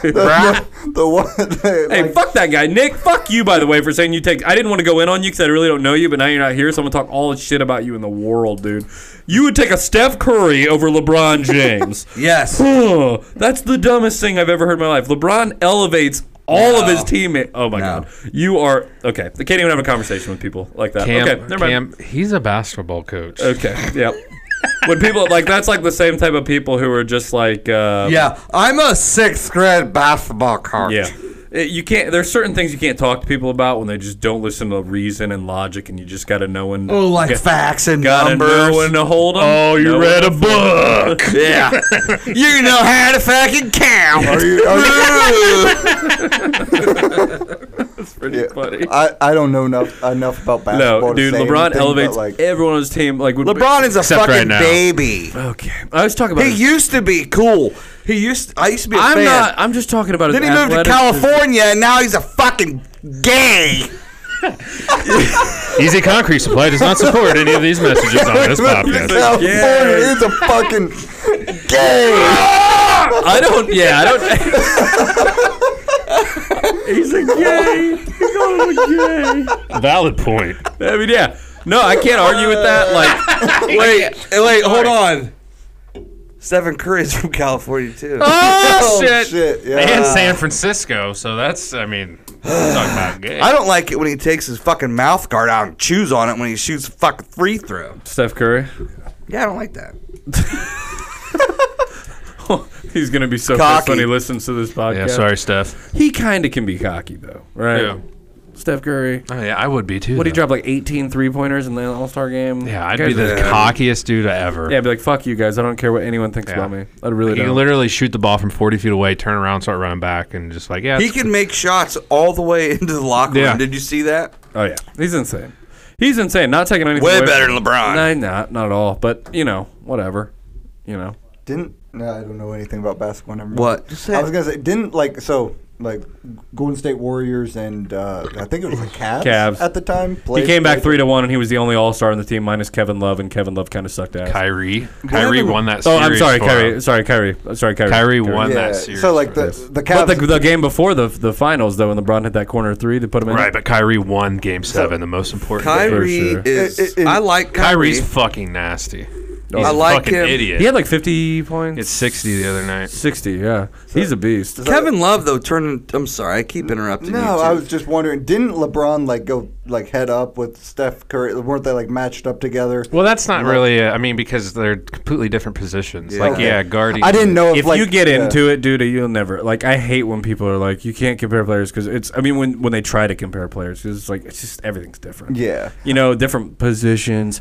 the, the one. (laughs) (laughs) Hey, fuck that guy, Nick. Fuck you, by the way, for saying you take. I didn't want to go in on you because I really don't know you, but now you're not here, so I'm gonna talk all the shit about you in the world, dude. You would take a Steph Curry (laughs) over LeBron James. yes. Huh, that's the dumbest thing I've ever heard in my life. LeBron elevates all of his teammates. Oh my god, you are okay. I can't even have a conversation with people like that. Cam, okay, never mind. Cam, he's a basketball coach. Okay, yep. when people like that's like the same type of people who are just like uh, yeah, I'm a sixth grade basketball coach. yeah. It- you can't. There's certain things you can't talk to people about when they just don't listen to reason and logic, and you just got to know when. Oh, like got- facts and gotta numbers. Oh, know when to hold 'em, know when to flip 'em. yeah. you know how to fucking count. (laughs) That's pretty funny. I, I don't know enough enough about basketball. No, to dude, say LeBron anything, but, elevates like everyone on his team. Like would- LeBron is a Except fucking right now. baby. Okay, I was talking about. He used to be cool. He used. I used to be. a I'm fan. not. I'm just talking about. Then he his moved to athleticism. California, and now he's a fucking gay. Easy Concrete Supply does not support any of these (laughs) messages on this podcast. California Yeah. is (laughs) a fucking gay. I don't. Yeah, I don't. (laughs) He's a gay. He's a gay. Valid point. I mean, yeah. No, I can't argue with that. (laughs) Like, wait. Hey, wait, hold on. Stephen Curry is from California too. Oh, Oh, shit, yeah. And San Francisco, so that's I mean, talking about gay. I don't like it when he takes his fucking mouth guard out and chews on it when he shoots a fucking free throw. Steph Curry. Yeah, I don't like that. He's gonna be so pissed Cocky. when he listens to this podcast. yeah, sorry, Steph. He kind of can be cocky though, right? Yeah. Steph Curry. Oh yeah, I would be too. What he though. dropped like 18 three pointers in the All Star game. Yeah, I'd Guys be the are- cockiest dude ever. Yeah, I'd be like, fuck you guys. I don't care what anyone thinks Yeah. about me. I really You don't. can literally shoot the ball from 40 feet away, turn around, start running back, and just like, (laughs) yeah. He it's- can make shots all the way (laughs) into the locker room. Yeah. Did you see that? oh yeah, he's insane. He's insane. Not taking anything. Way away better from- than LeBron. No, not not at all. But you know, whatever. You know. Didn't no, I don't know anything about basketball. Never mind. What? Just say I it. was gonna say didn't like so like Golden State Warriors and uh, I think it was the Cavs, Cavs. at the time. He played- came back played- three to one, and he was the only All Star on the team minus Kevin Love, and Kevin Love kind of sucked ass. Kyrie. Kyrie won that Oh, series. I'm sorry, for Kyrie. him. Sorry, Kyrie. Sorry, Kyrie. Kyrie won Yeah. that series. So like for the him. the But Cavs. the, the game before the the finals, though, when LeBron hit that corner three, they put him in. Right, but Kyrie won game seven, the most important. game. Kyrie sure. is. It- it- it- I like Kyrie. Kyrie's fucking nasty. He's I like a fucking him. idiot. He had like 50 points. it's 60 the other night. 60, yeah. He's a beast. Kevin Love though turned. I'm sorry, I keep interrupting. you no, too. I was just wondering, didn't LeBron like go like head up with Steph Curry? Weren't they like matched up together? Well, that's not really. A, I mean, because they're completely different positions. Like, Okay. yeah, guarding. I didn't know if, If like you get yeah. into it, dude, you'll never. Like, I hate when people are like, you can't compare players because it's. I mean, when, when they try to compare players, 'cause it's like, it's just everything's different. Yeah. You know, different positions,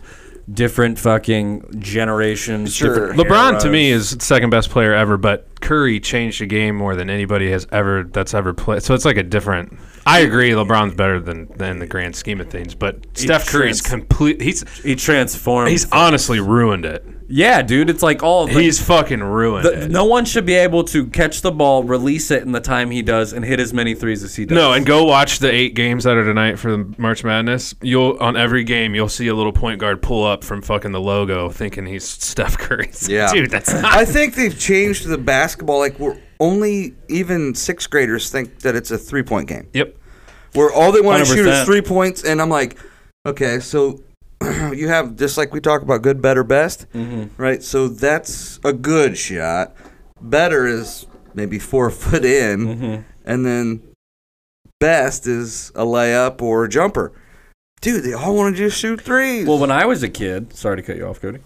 different fucking generations. Sure. different LeBron to eras. me is second best player ever, but Curry changed the game more than anybody has ever that's ever played. So it's like a different. I agree, LeBron's better than than the grand scheme of things, but Steph Curry's trans- complete. He's He transformed. he's honestly ruined it. yeah, dude. It's like all. Of like, He's fucking ruined The- it. no one should be able to catch the ball, release it in the time he does, and hit as many threes as he does. No, and go watch the eight games that are tonight for the March Madness. You'll on every game you'll see a little point guard pull up from fucking the logo, thinking he's (laughs) Steph Curry. (laughs) Yeah. dude, that's not. I think they've changed the basketball. Like we're only even sixth graders think that it's a three point game. yep. where all they want to shoot is 100%. three points, and I'm like, okay, so (clears throat) you have just like we talk about good, better, best, right? So that's a good shot. Better is maybe four (laughs) foot in, and then best is a layup or a jumper. Dude, they all want to just shoot threes. Well, when I was a kid, sorry to cut you off, Cody.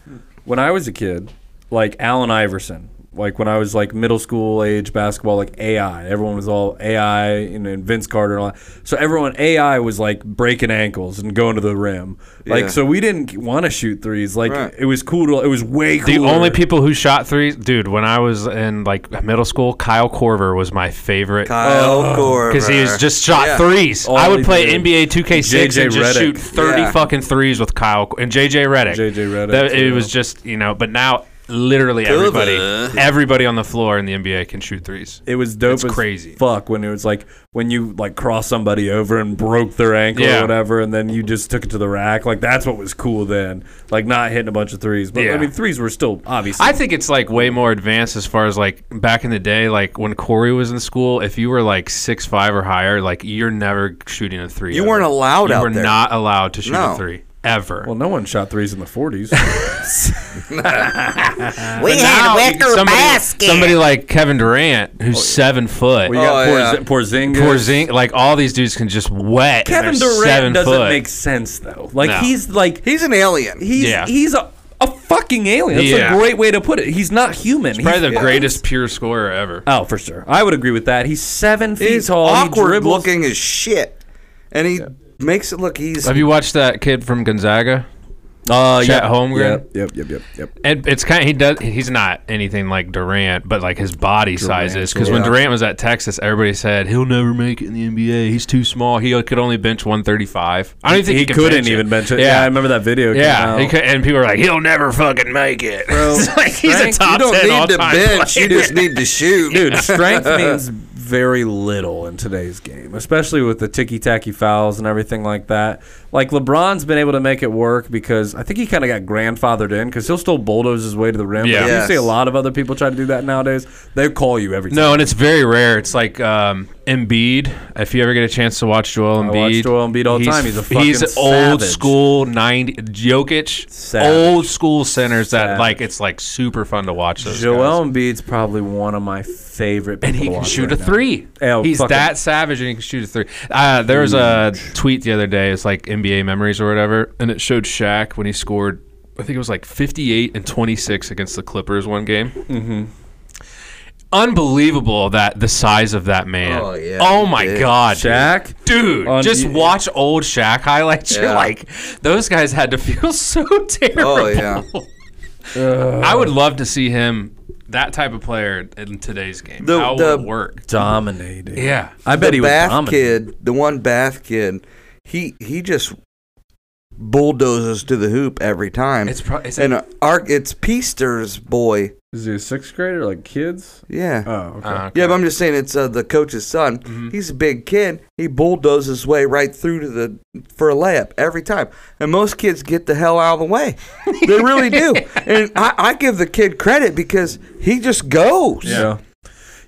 When I was a kid, like Allen Iverson, like when I was like middle school age basketball, like AI, everyone was all AI and, and Vince Carter and all that. So everyone AI was like breaking ankles and going to the rim. Like Yeah. so, we didn't want to shoot threes. Like Right. it was cool to. It was way The cooler. only people who shot threes, dude. When I was in like middle school, Kyle Corver was my favorite Kyle Korver. because he was just shot Yeah. threes. Oh. All I he would play did. NBA 2K6 JJ and just Redick. shoot 30 Yeah. fucking threes with Kyle Co- and JJ Redick. JJ Redick, That- it yeah. was just you know, but now literally Cover. everybody, everybody on the floor in the NBA can shoot threes. It was dope It's as crazy. fuck when it was like when you like cross somebody over and broke their ankle Yeah. or whatever, and then you just took it to the rack. Like that's what was cool then. Like not hitting a bunch of threes, but I Yeah. mean threes were still obviously. I think it's like way more advanced as far as like back in the day, like when Corey was in school. If you were like six five or higher, like you're never shooting a three. You ever. weren't allowed You out were there. not allowed to shoot No. a three ever. well, no one shot threes in (laughs) the forties. We had wicker somebody, basket. Somebody like Kevin Durant, Oh, who's seven foot. Well, you got Oh, yeah. Porzingis. Porzing- like all these dudes can just wet. and Kevin they're Durant seven doesn't foot. make sense though. Like No. he's like he's an alien. He's Yeah. he's a, a fucking alien. That's Yeah. a great way to put it. He's not human. He's probably the greatest pure scorer ever. Oh, for sure. I would agree with that. He's seven feet He's tall. awkward Oh, he dribbles. looking as shit, and he makes it look easy. Have you watched that kid from Gonzaga? Uh, Chet Holmgren? Yep, yep, yep, yep. And it's kind of he does. He's not anything like Durant, but like his body size is. Because when yeah. Durant was at Texas, everybody said he'll never make it in the NBA. He's too small. He could only bench (laughs) 135. I don't even think he, he could couldn't bench it. even bench it. Yeah. I remember that video. came Yeah, out. he could, and people were like, "He'll never fucking make it." It's like he's strength- a top You don't ten need to all-time bench. You player. just need to shoot, (laughs) (laughs) Dude, strength means very little in today's game, especially with the ticky tacky fouls and everything like that. Like LeBron's been able to make it work because I think he kind of got grandfathered in because he'll still bulldoze his way to the rim. Yeah. But Yes. you see a lot of other people try to do that nowadays. They call you every time. No, and it's very rare. It's like um, Embiid. If you ever get a chance to watch Joel Embiid, I watch Joel Embiid all the time. He's a fucking he's old savage. school ninety Jokic, Savage. old school centers that Savage. like it's like super fun to watch those. Joel guys. Embiid's probably one of my favorite. and he people to can watch shoot right a now. three. Oh, he's fucking- that savage, and he can shoot a three. Uh, there was a tweet the other day. It's like NBA memories or whatever, and it showed Shaq when he scored. I think it was like 58 and 26 against the Clippers one game. Mm-hmm. Unbelievable that the size of that man. Oh, yeah, Oh, my dude. god, Shaq? dude! On- just watch old Shaq highlights. (laughs) You're Yeah. like, those guys had to feel (laughs) so terrible. Oh, yeah. I would love to see him. That type of player in today's game. The- How the- would it work? Dominating. Yeah. I bet the he was bath dominant. kid, the one bath kid, he he just bulldozes to the hoop every time. It's pro- it's and our, it's Peaster's boy. Is he a sixth grader? Like kids? Yeah. Oh, okay. Mm-hmm. Uh, Yeah, but I'm just saying it's uh, the coach's son. He's a big kid. He bulldozes his way right through to the for a layup every time. And most kids get the hell out of the way. they really (laughs) do. And I, I give the kid credit because he just goes. Yeah.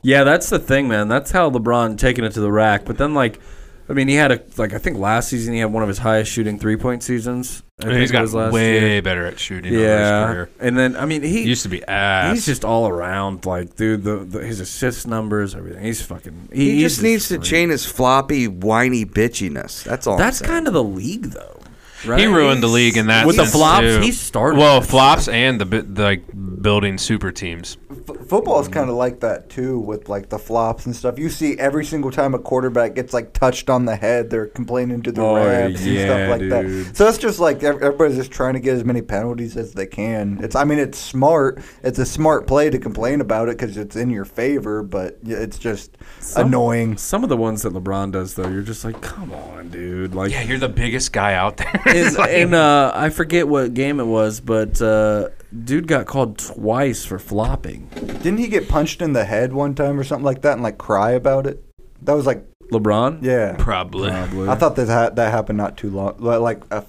Yeah, that's the thing, man. That's how LeBron taking it to the rack. But then, like, I mean, he had a like I think last season he had one of his highest shooting three point seasons. I I mean, think he's it got was last way year. better at shooting. Over his Yeah, career. and then I mean he He used to be ass. he's just all around like dude the, the his assist numbers everything he's fucking he, He just he's needs to freak. chain his floppy, whiny bitchiness. That's all. That's I'm saying. kind of the league though. Right? he ruined the league in that with the sense, flops. too. He started. well that. flops and the, bi- the like building super teams. F- football is kind of like that too, with like the flops and stuff. You see every single time a quarterback gets like touched on the head, they're complaining to the Oh, refs and yeah, stuff like dude. that. So it's just like ev- everybody's just trying to get as many penalties as they can. It's I mean it's smart. It's a smart play to complain about it because it's in your favor, but y- it's just annoying. Some of the ones that LeBron does though, you're just like, come on, dude. Like Yeah, (laughs) you're the biggest guy out there. (laughs) in, (laughs) It's like- in, uh, I forget what game it was, but uh, dude got called twice for flopping. Didn't he get punched in the head one time or something like that and like cry about it? That was like LeBron. yeah. probably. Probably. I thought that ha- that happened not too long, li- like a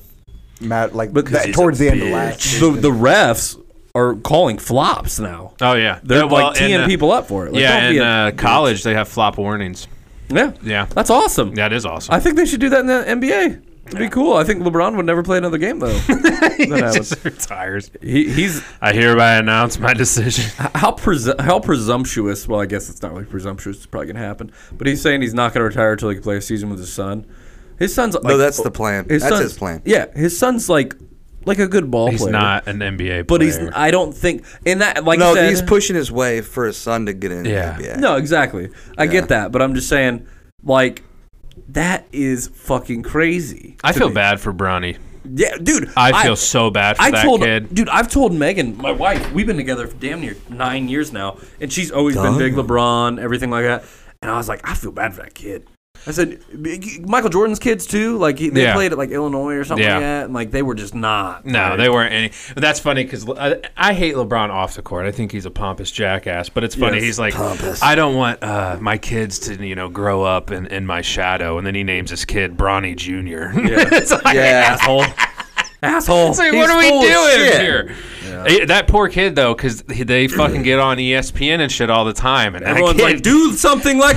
Matt, like Because that, he's towards a the end of last. the the refs are calling flops now. Oh yeah, They're Yeah, well, like teeing in, uh, people up for it. Like, yeah, don't be in a- uh, college they have flop warnings. yeah, Yeah. That's awesome. That is awesome. I think they should do that in the NBA. It'd be cool. I think LeBron would never play another game (laughs) though. That happens. just retires. he, he's I hereby announce my decision. (laughs) how presu- how presumptuous? Well, I guess it's not really presumptuous. It's probably gonna happen. But he's saying he's not gonna retire until he can play a season with his son. His son's like, No, that's the plan. That's son's- his plan. Yeah, his son's like like a good ball He's player. not an NBA player. but he's. (laughs) I don't think in that like no, you said, he's pushing his way for his son to get into Yeah. the NBA. No, exactly. I get that, but I'm just saying like that is fucking crazy. I to feel me. bad for Bronny. Yeah, dude. I feel so bad for I that told, kid. dude. I've told Megan, my wife. We've been together for damn near nine years now, and she's always been big LeBron, everything like that. And I was like, I feel bad for that kid. I said "Y- y- Michael Jordan's kids too. Like he, they Yeah. played at like Illinois or something Yeah. like that, and like they were just not. No, dude. they weren't any. But that's funny because I, I hate LeBron off the court. I think he's a pompous jackass. But it's funny. Yes, he's like, pompous. I don't want uh, my kids to you know grow up in, in my shadow. And then he names his kid Bronny Junior. (laughs) it's like, Yeah. asshole. Asshole. It's like, He's what are we full of doing shit. here? Eh, That poor kid though, because they fucking get on E ESPN and shit all the time, and that Everyone's kid- like, do something like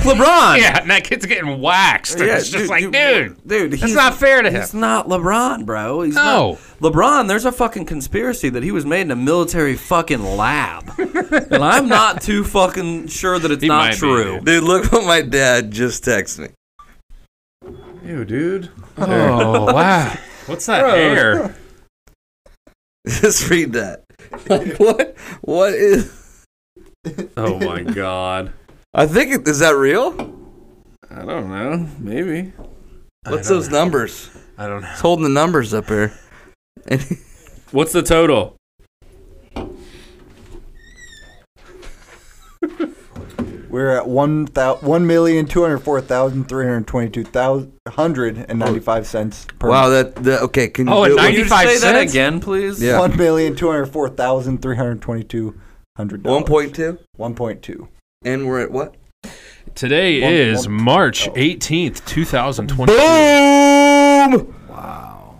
(laughs) LeBron. yeah, and that kid's getting waxed. Yeah, it's just dude, like, dude, dude, that's he's- not fair to him. He's not LeBron, bro. He's No. not LeBron. There's a fucking conspiracy that he was made in a military fucking lab, and I'm not too fucking sure that it's not true. Dude, look what my dad just texted me. (laughs) Ew, dude. Oh wow, (laughs) what's that Gross. hair? Just read that. Like, what? What is? Oh (laughs) my god. I think it, is that real? I don't know. Maybe. What's those numbers? I don't know. It's holding the numbers up here. (laughs) And What's the total? We're at one thou- one million two hundred four thousand three hundred twenty-two thousand hundred and ninety-five cents per. wow, that, that okay. Can you Oh, do and it 90 with- Say 95 that cents? again, please. Yeah. One million two hundred four thousand three hundred twenty-two hundred. One point two, One point two. and we're at what? Today One- is one- March oh. 18th, 2022. Boom! Wow.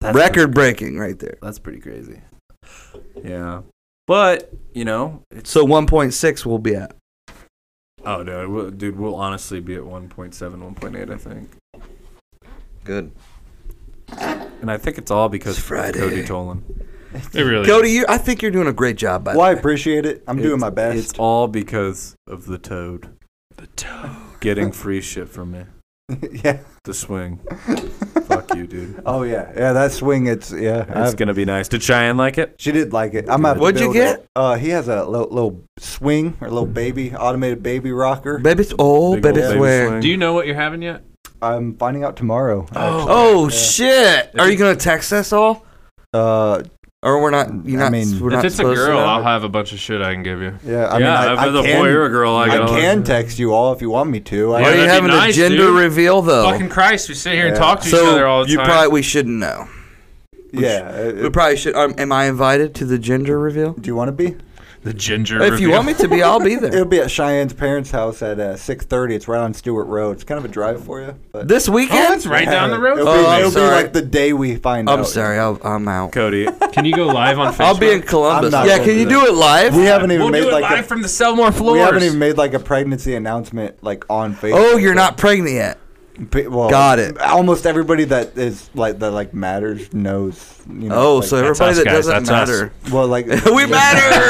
That's Record breaking right there. That's pretty crazy. Yeah. But, you know, it's So 1.6 we'll be at. Oh, dude, we'll, dude, we'll honestly be at 1.7, 1.8, I think. Good. And I think it's all because It's Friday. Cody Tolan. It really Cody, you, I think you're doing a great job. By the Well, I way. appreciate it. I'm doing It's- my best. It's all because of the toad. The toad. Getting free shit from me. (laughs) yeah. (laughs) The swing. Fuck you, dude. Oh yeah, yeah. That swing. It's yeah. It's I've- gonna be nice. Did Cheyenne like it? She did like it. I'm What'd you get? Uh, he has a little, little swing or little baby automated baby rocker. baby, oh, Big old baby baby swear. swing. Do you know what you're having yet? I'm finding out tomorrow. Oh, Oh shit! Are you gonna text us all, uh, or we're not? You're I not. mean, we're if not it's a supposed to girl, know? I'll have a bunch of shit I can give you. yeah. yeah, I mean, I, if it's I a can, boy or a girl, I, I gotta- can text you all if you want me to. Why Yeah, are you that'd be having a nice, gender dude. reveal Oh. though? Fucking Christ, we sit here and Yeah. talk to each other all so the you time. probably we shouldn't know. yeah. uh, We probably should. Um, am I invited to the gender reveal? do you want to be? the ginger. If you want me to be, I'll (laughs) be It'll there. be at Cheyenne's parents' house at uh, 6:30. It's right on Stewart Road. It's kind of a drive for you, but This oh, weekend? that's right down the road. It'll, Oh, be, I'm it'll be sorry. like the day we find out. I'm sorry. I'll, I'm out. Cody. (laughs) Can you go live on Facebook? I'll be in Columbus. not Yeah, going can you to do it live? We haven't even We'll made do it like live a, from the Selmore floors. we haven't even made like a pregnancy announcement like on Facebook. oh, you're not pregnant yet. Pe- well, Got it. Almost everybody that is like that like matters knows. You know, Oh, like- e-, so that's everybody us, that guys, doesn't that's us. matter. well, like (laughs) we (laughs)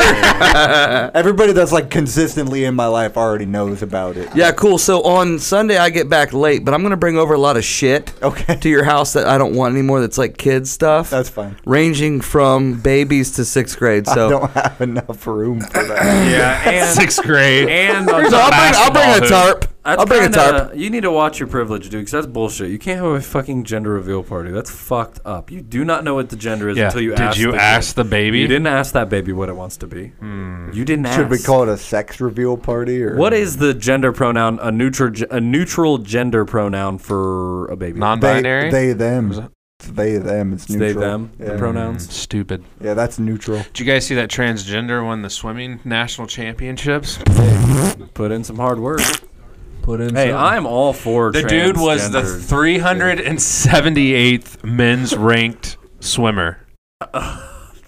matter. Everybody that's like consistently in my life already knows about it. yeah, cool. So on Sunday I get back late, but I'm gonna bring over a lot of shit Okay. to your house that I don't want anymore. That's like kids stuff. That's fine. ranging from babies to sixth grade. (laughs) I So don't have enough room for that. Uh, yeah, and sixth grade. and Here's- (laughs) I'll, bring, I'll bring a tarp. I'll bring a tarp. You need to watch your privilege, dude, because that's bullshit. You can't have a fucking gender reveal party. That's fucked up. You do not know what the gender is Yeah. until you Did ask. you the ask the kid. baby? Hmm. You didn't ask that baby what it wants to be. You didn't ask. Should we call it a sex reveal party or What is the gender pronoun? A neutral, a neutral gender pronoun for a baby. they, Non-binary. they them? It's they them. It's It's they neutral. them the Yeah. pronouns. Stupid. Yeah, that's neutral. Did you guys see that transgender won the swimming national championships? Mm-hmm. Put in some hard work. Put in. Hey, I'm all for The dude was the transgendered. 378th men's ranked swimmer.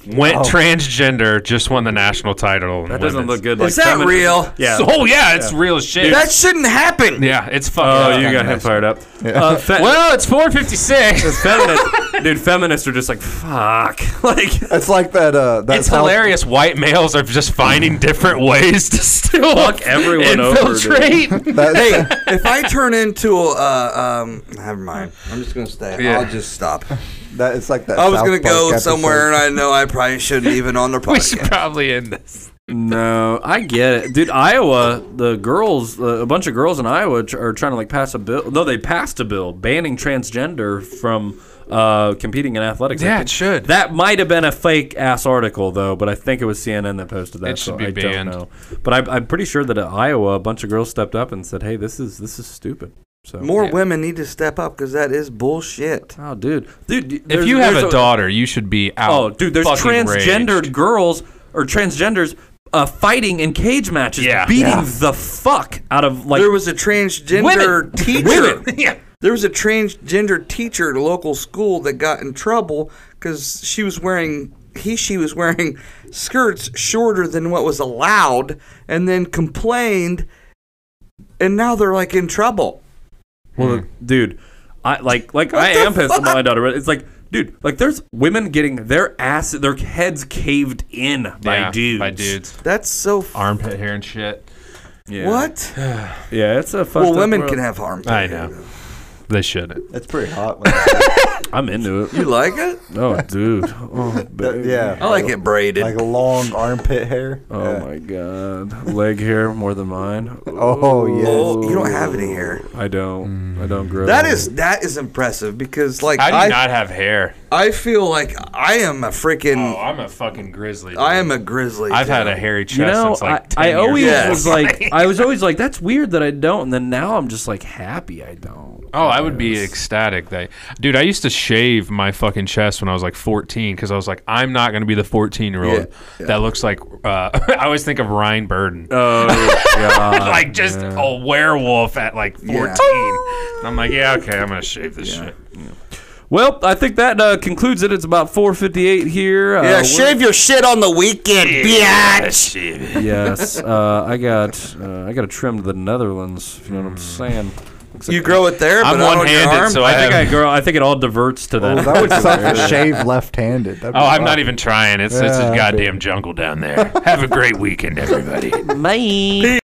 Went Oh. Wow. transgender, just won the national title. in That doesn't women's. look good. Is that coming- real? Yeah. Oh yeah, it's real as shit. That shouldn't happen. yeah, it's fucking. oh, you yeah. got him fired up. Yeah. (laughs) Uh, fe- Well, it's 456. feminists, dude, feminists are just like fuck. (laughs) Like It's like that. Uh, that It's South- hilarious. White males are just finding different ways to still Fuck everyone over, dude. infiltrate. (laughs) that- Hey, if I turn into a, uh, um, never mind. I'm just gonna stay. Yeah. I'll just stop. (laughs) that it's like that. I was South gonna Park go episode. somewhere, and I know I probably shouldn't even on the (laughs) we should podcast. probably end this. no, I get it, dude. Iowa, the girls, uh, a bunch of girls in Iowa tr- are trying to like pass a bill. No, they passed a bill banning transgender from uh, competing in athletics. I Yeah, think- it should. That might have been a fake ass article though, but I think it was CNN that posted that. It should so be I banned. don't know. But I, I'm pretty sure that at Iowa, a bunch of girls stepped up and said, "Hey, this is this is stupid." So More women need to step up because that is bullshit. Oh, dude, dude, If there's- you have there's a daughter, you should be out. Oh, dude, there's fucking transgendered raged. girls or transgenders uh, fighting in cage matches, Yeah. beating Yeah. the fuck out of like. there was a transgender Women. teacher. (laughs) (laughs) Women. Yeah. There was a transgender teacher at a local school that got in trouble because she was wearing he she was wearing skirts shorter than what was allowed, and then complained, and now they're like in trouble. Well, dude, I like like I am pissed at my daughter. But it's like, dude, like there's women getting their ass, their heads caved in by Yeah, dudes. by dudes. That's so f- Armpit hair and shit. Yeah. what? Yeah, it's a fucked well, up women world. can have harm. I know. They shouldn't. It's pretty hot. I'm into it. You like it? (laughs) Oh, dude. Oh, baby. yeah. I like it braided. Like a long armpit hair. Oh Yeah. my god. Leg hair more than mine. Oh, yeah. oh, you don't have any hair. I don't. I don't grow. That is that is impressive because like I do I not have hair. I feel like I am a freaking Oh, I'm a fucking grizzly. I am a grizzly. I've dude. had a hairy chest You know, since like I, 10 I years always old. (laughs) Yes. was like, I was always like, that's weird that I don't, and then now I'm just like happy I don't. Oh, I would be ecstatic. That dude, I used to shave my fucking chest when I was like 14 because I was like, I'm not going to be the 14 year old that looks like. Uh, I always think of Ryan Burden, Oh god. like just a werewolf at like 14. Yeah. And I'm like, yeah, okay, I'm gonna shave this shit. Well, I think that uh, concludes it. It's about 4:58 here. Uh, Yeah, we're- shave your shit on the weekend, bitch. (laughs) Yes, uh, I got uh, I got to trim to the Netherlands. If you Mm. know what I'm saying. Looks like You grow it there, but I'm not on your one-handed, arm. so I think I have- grow. I think it all diverts to that. Well, that would suck to shave left-handed. That'd be Oh, I'm rough. not even trying. It's it's Yeah, a I (laughs) goddamn jungle down there. Have a great weekend, everybody. Bye.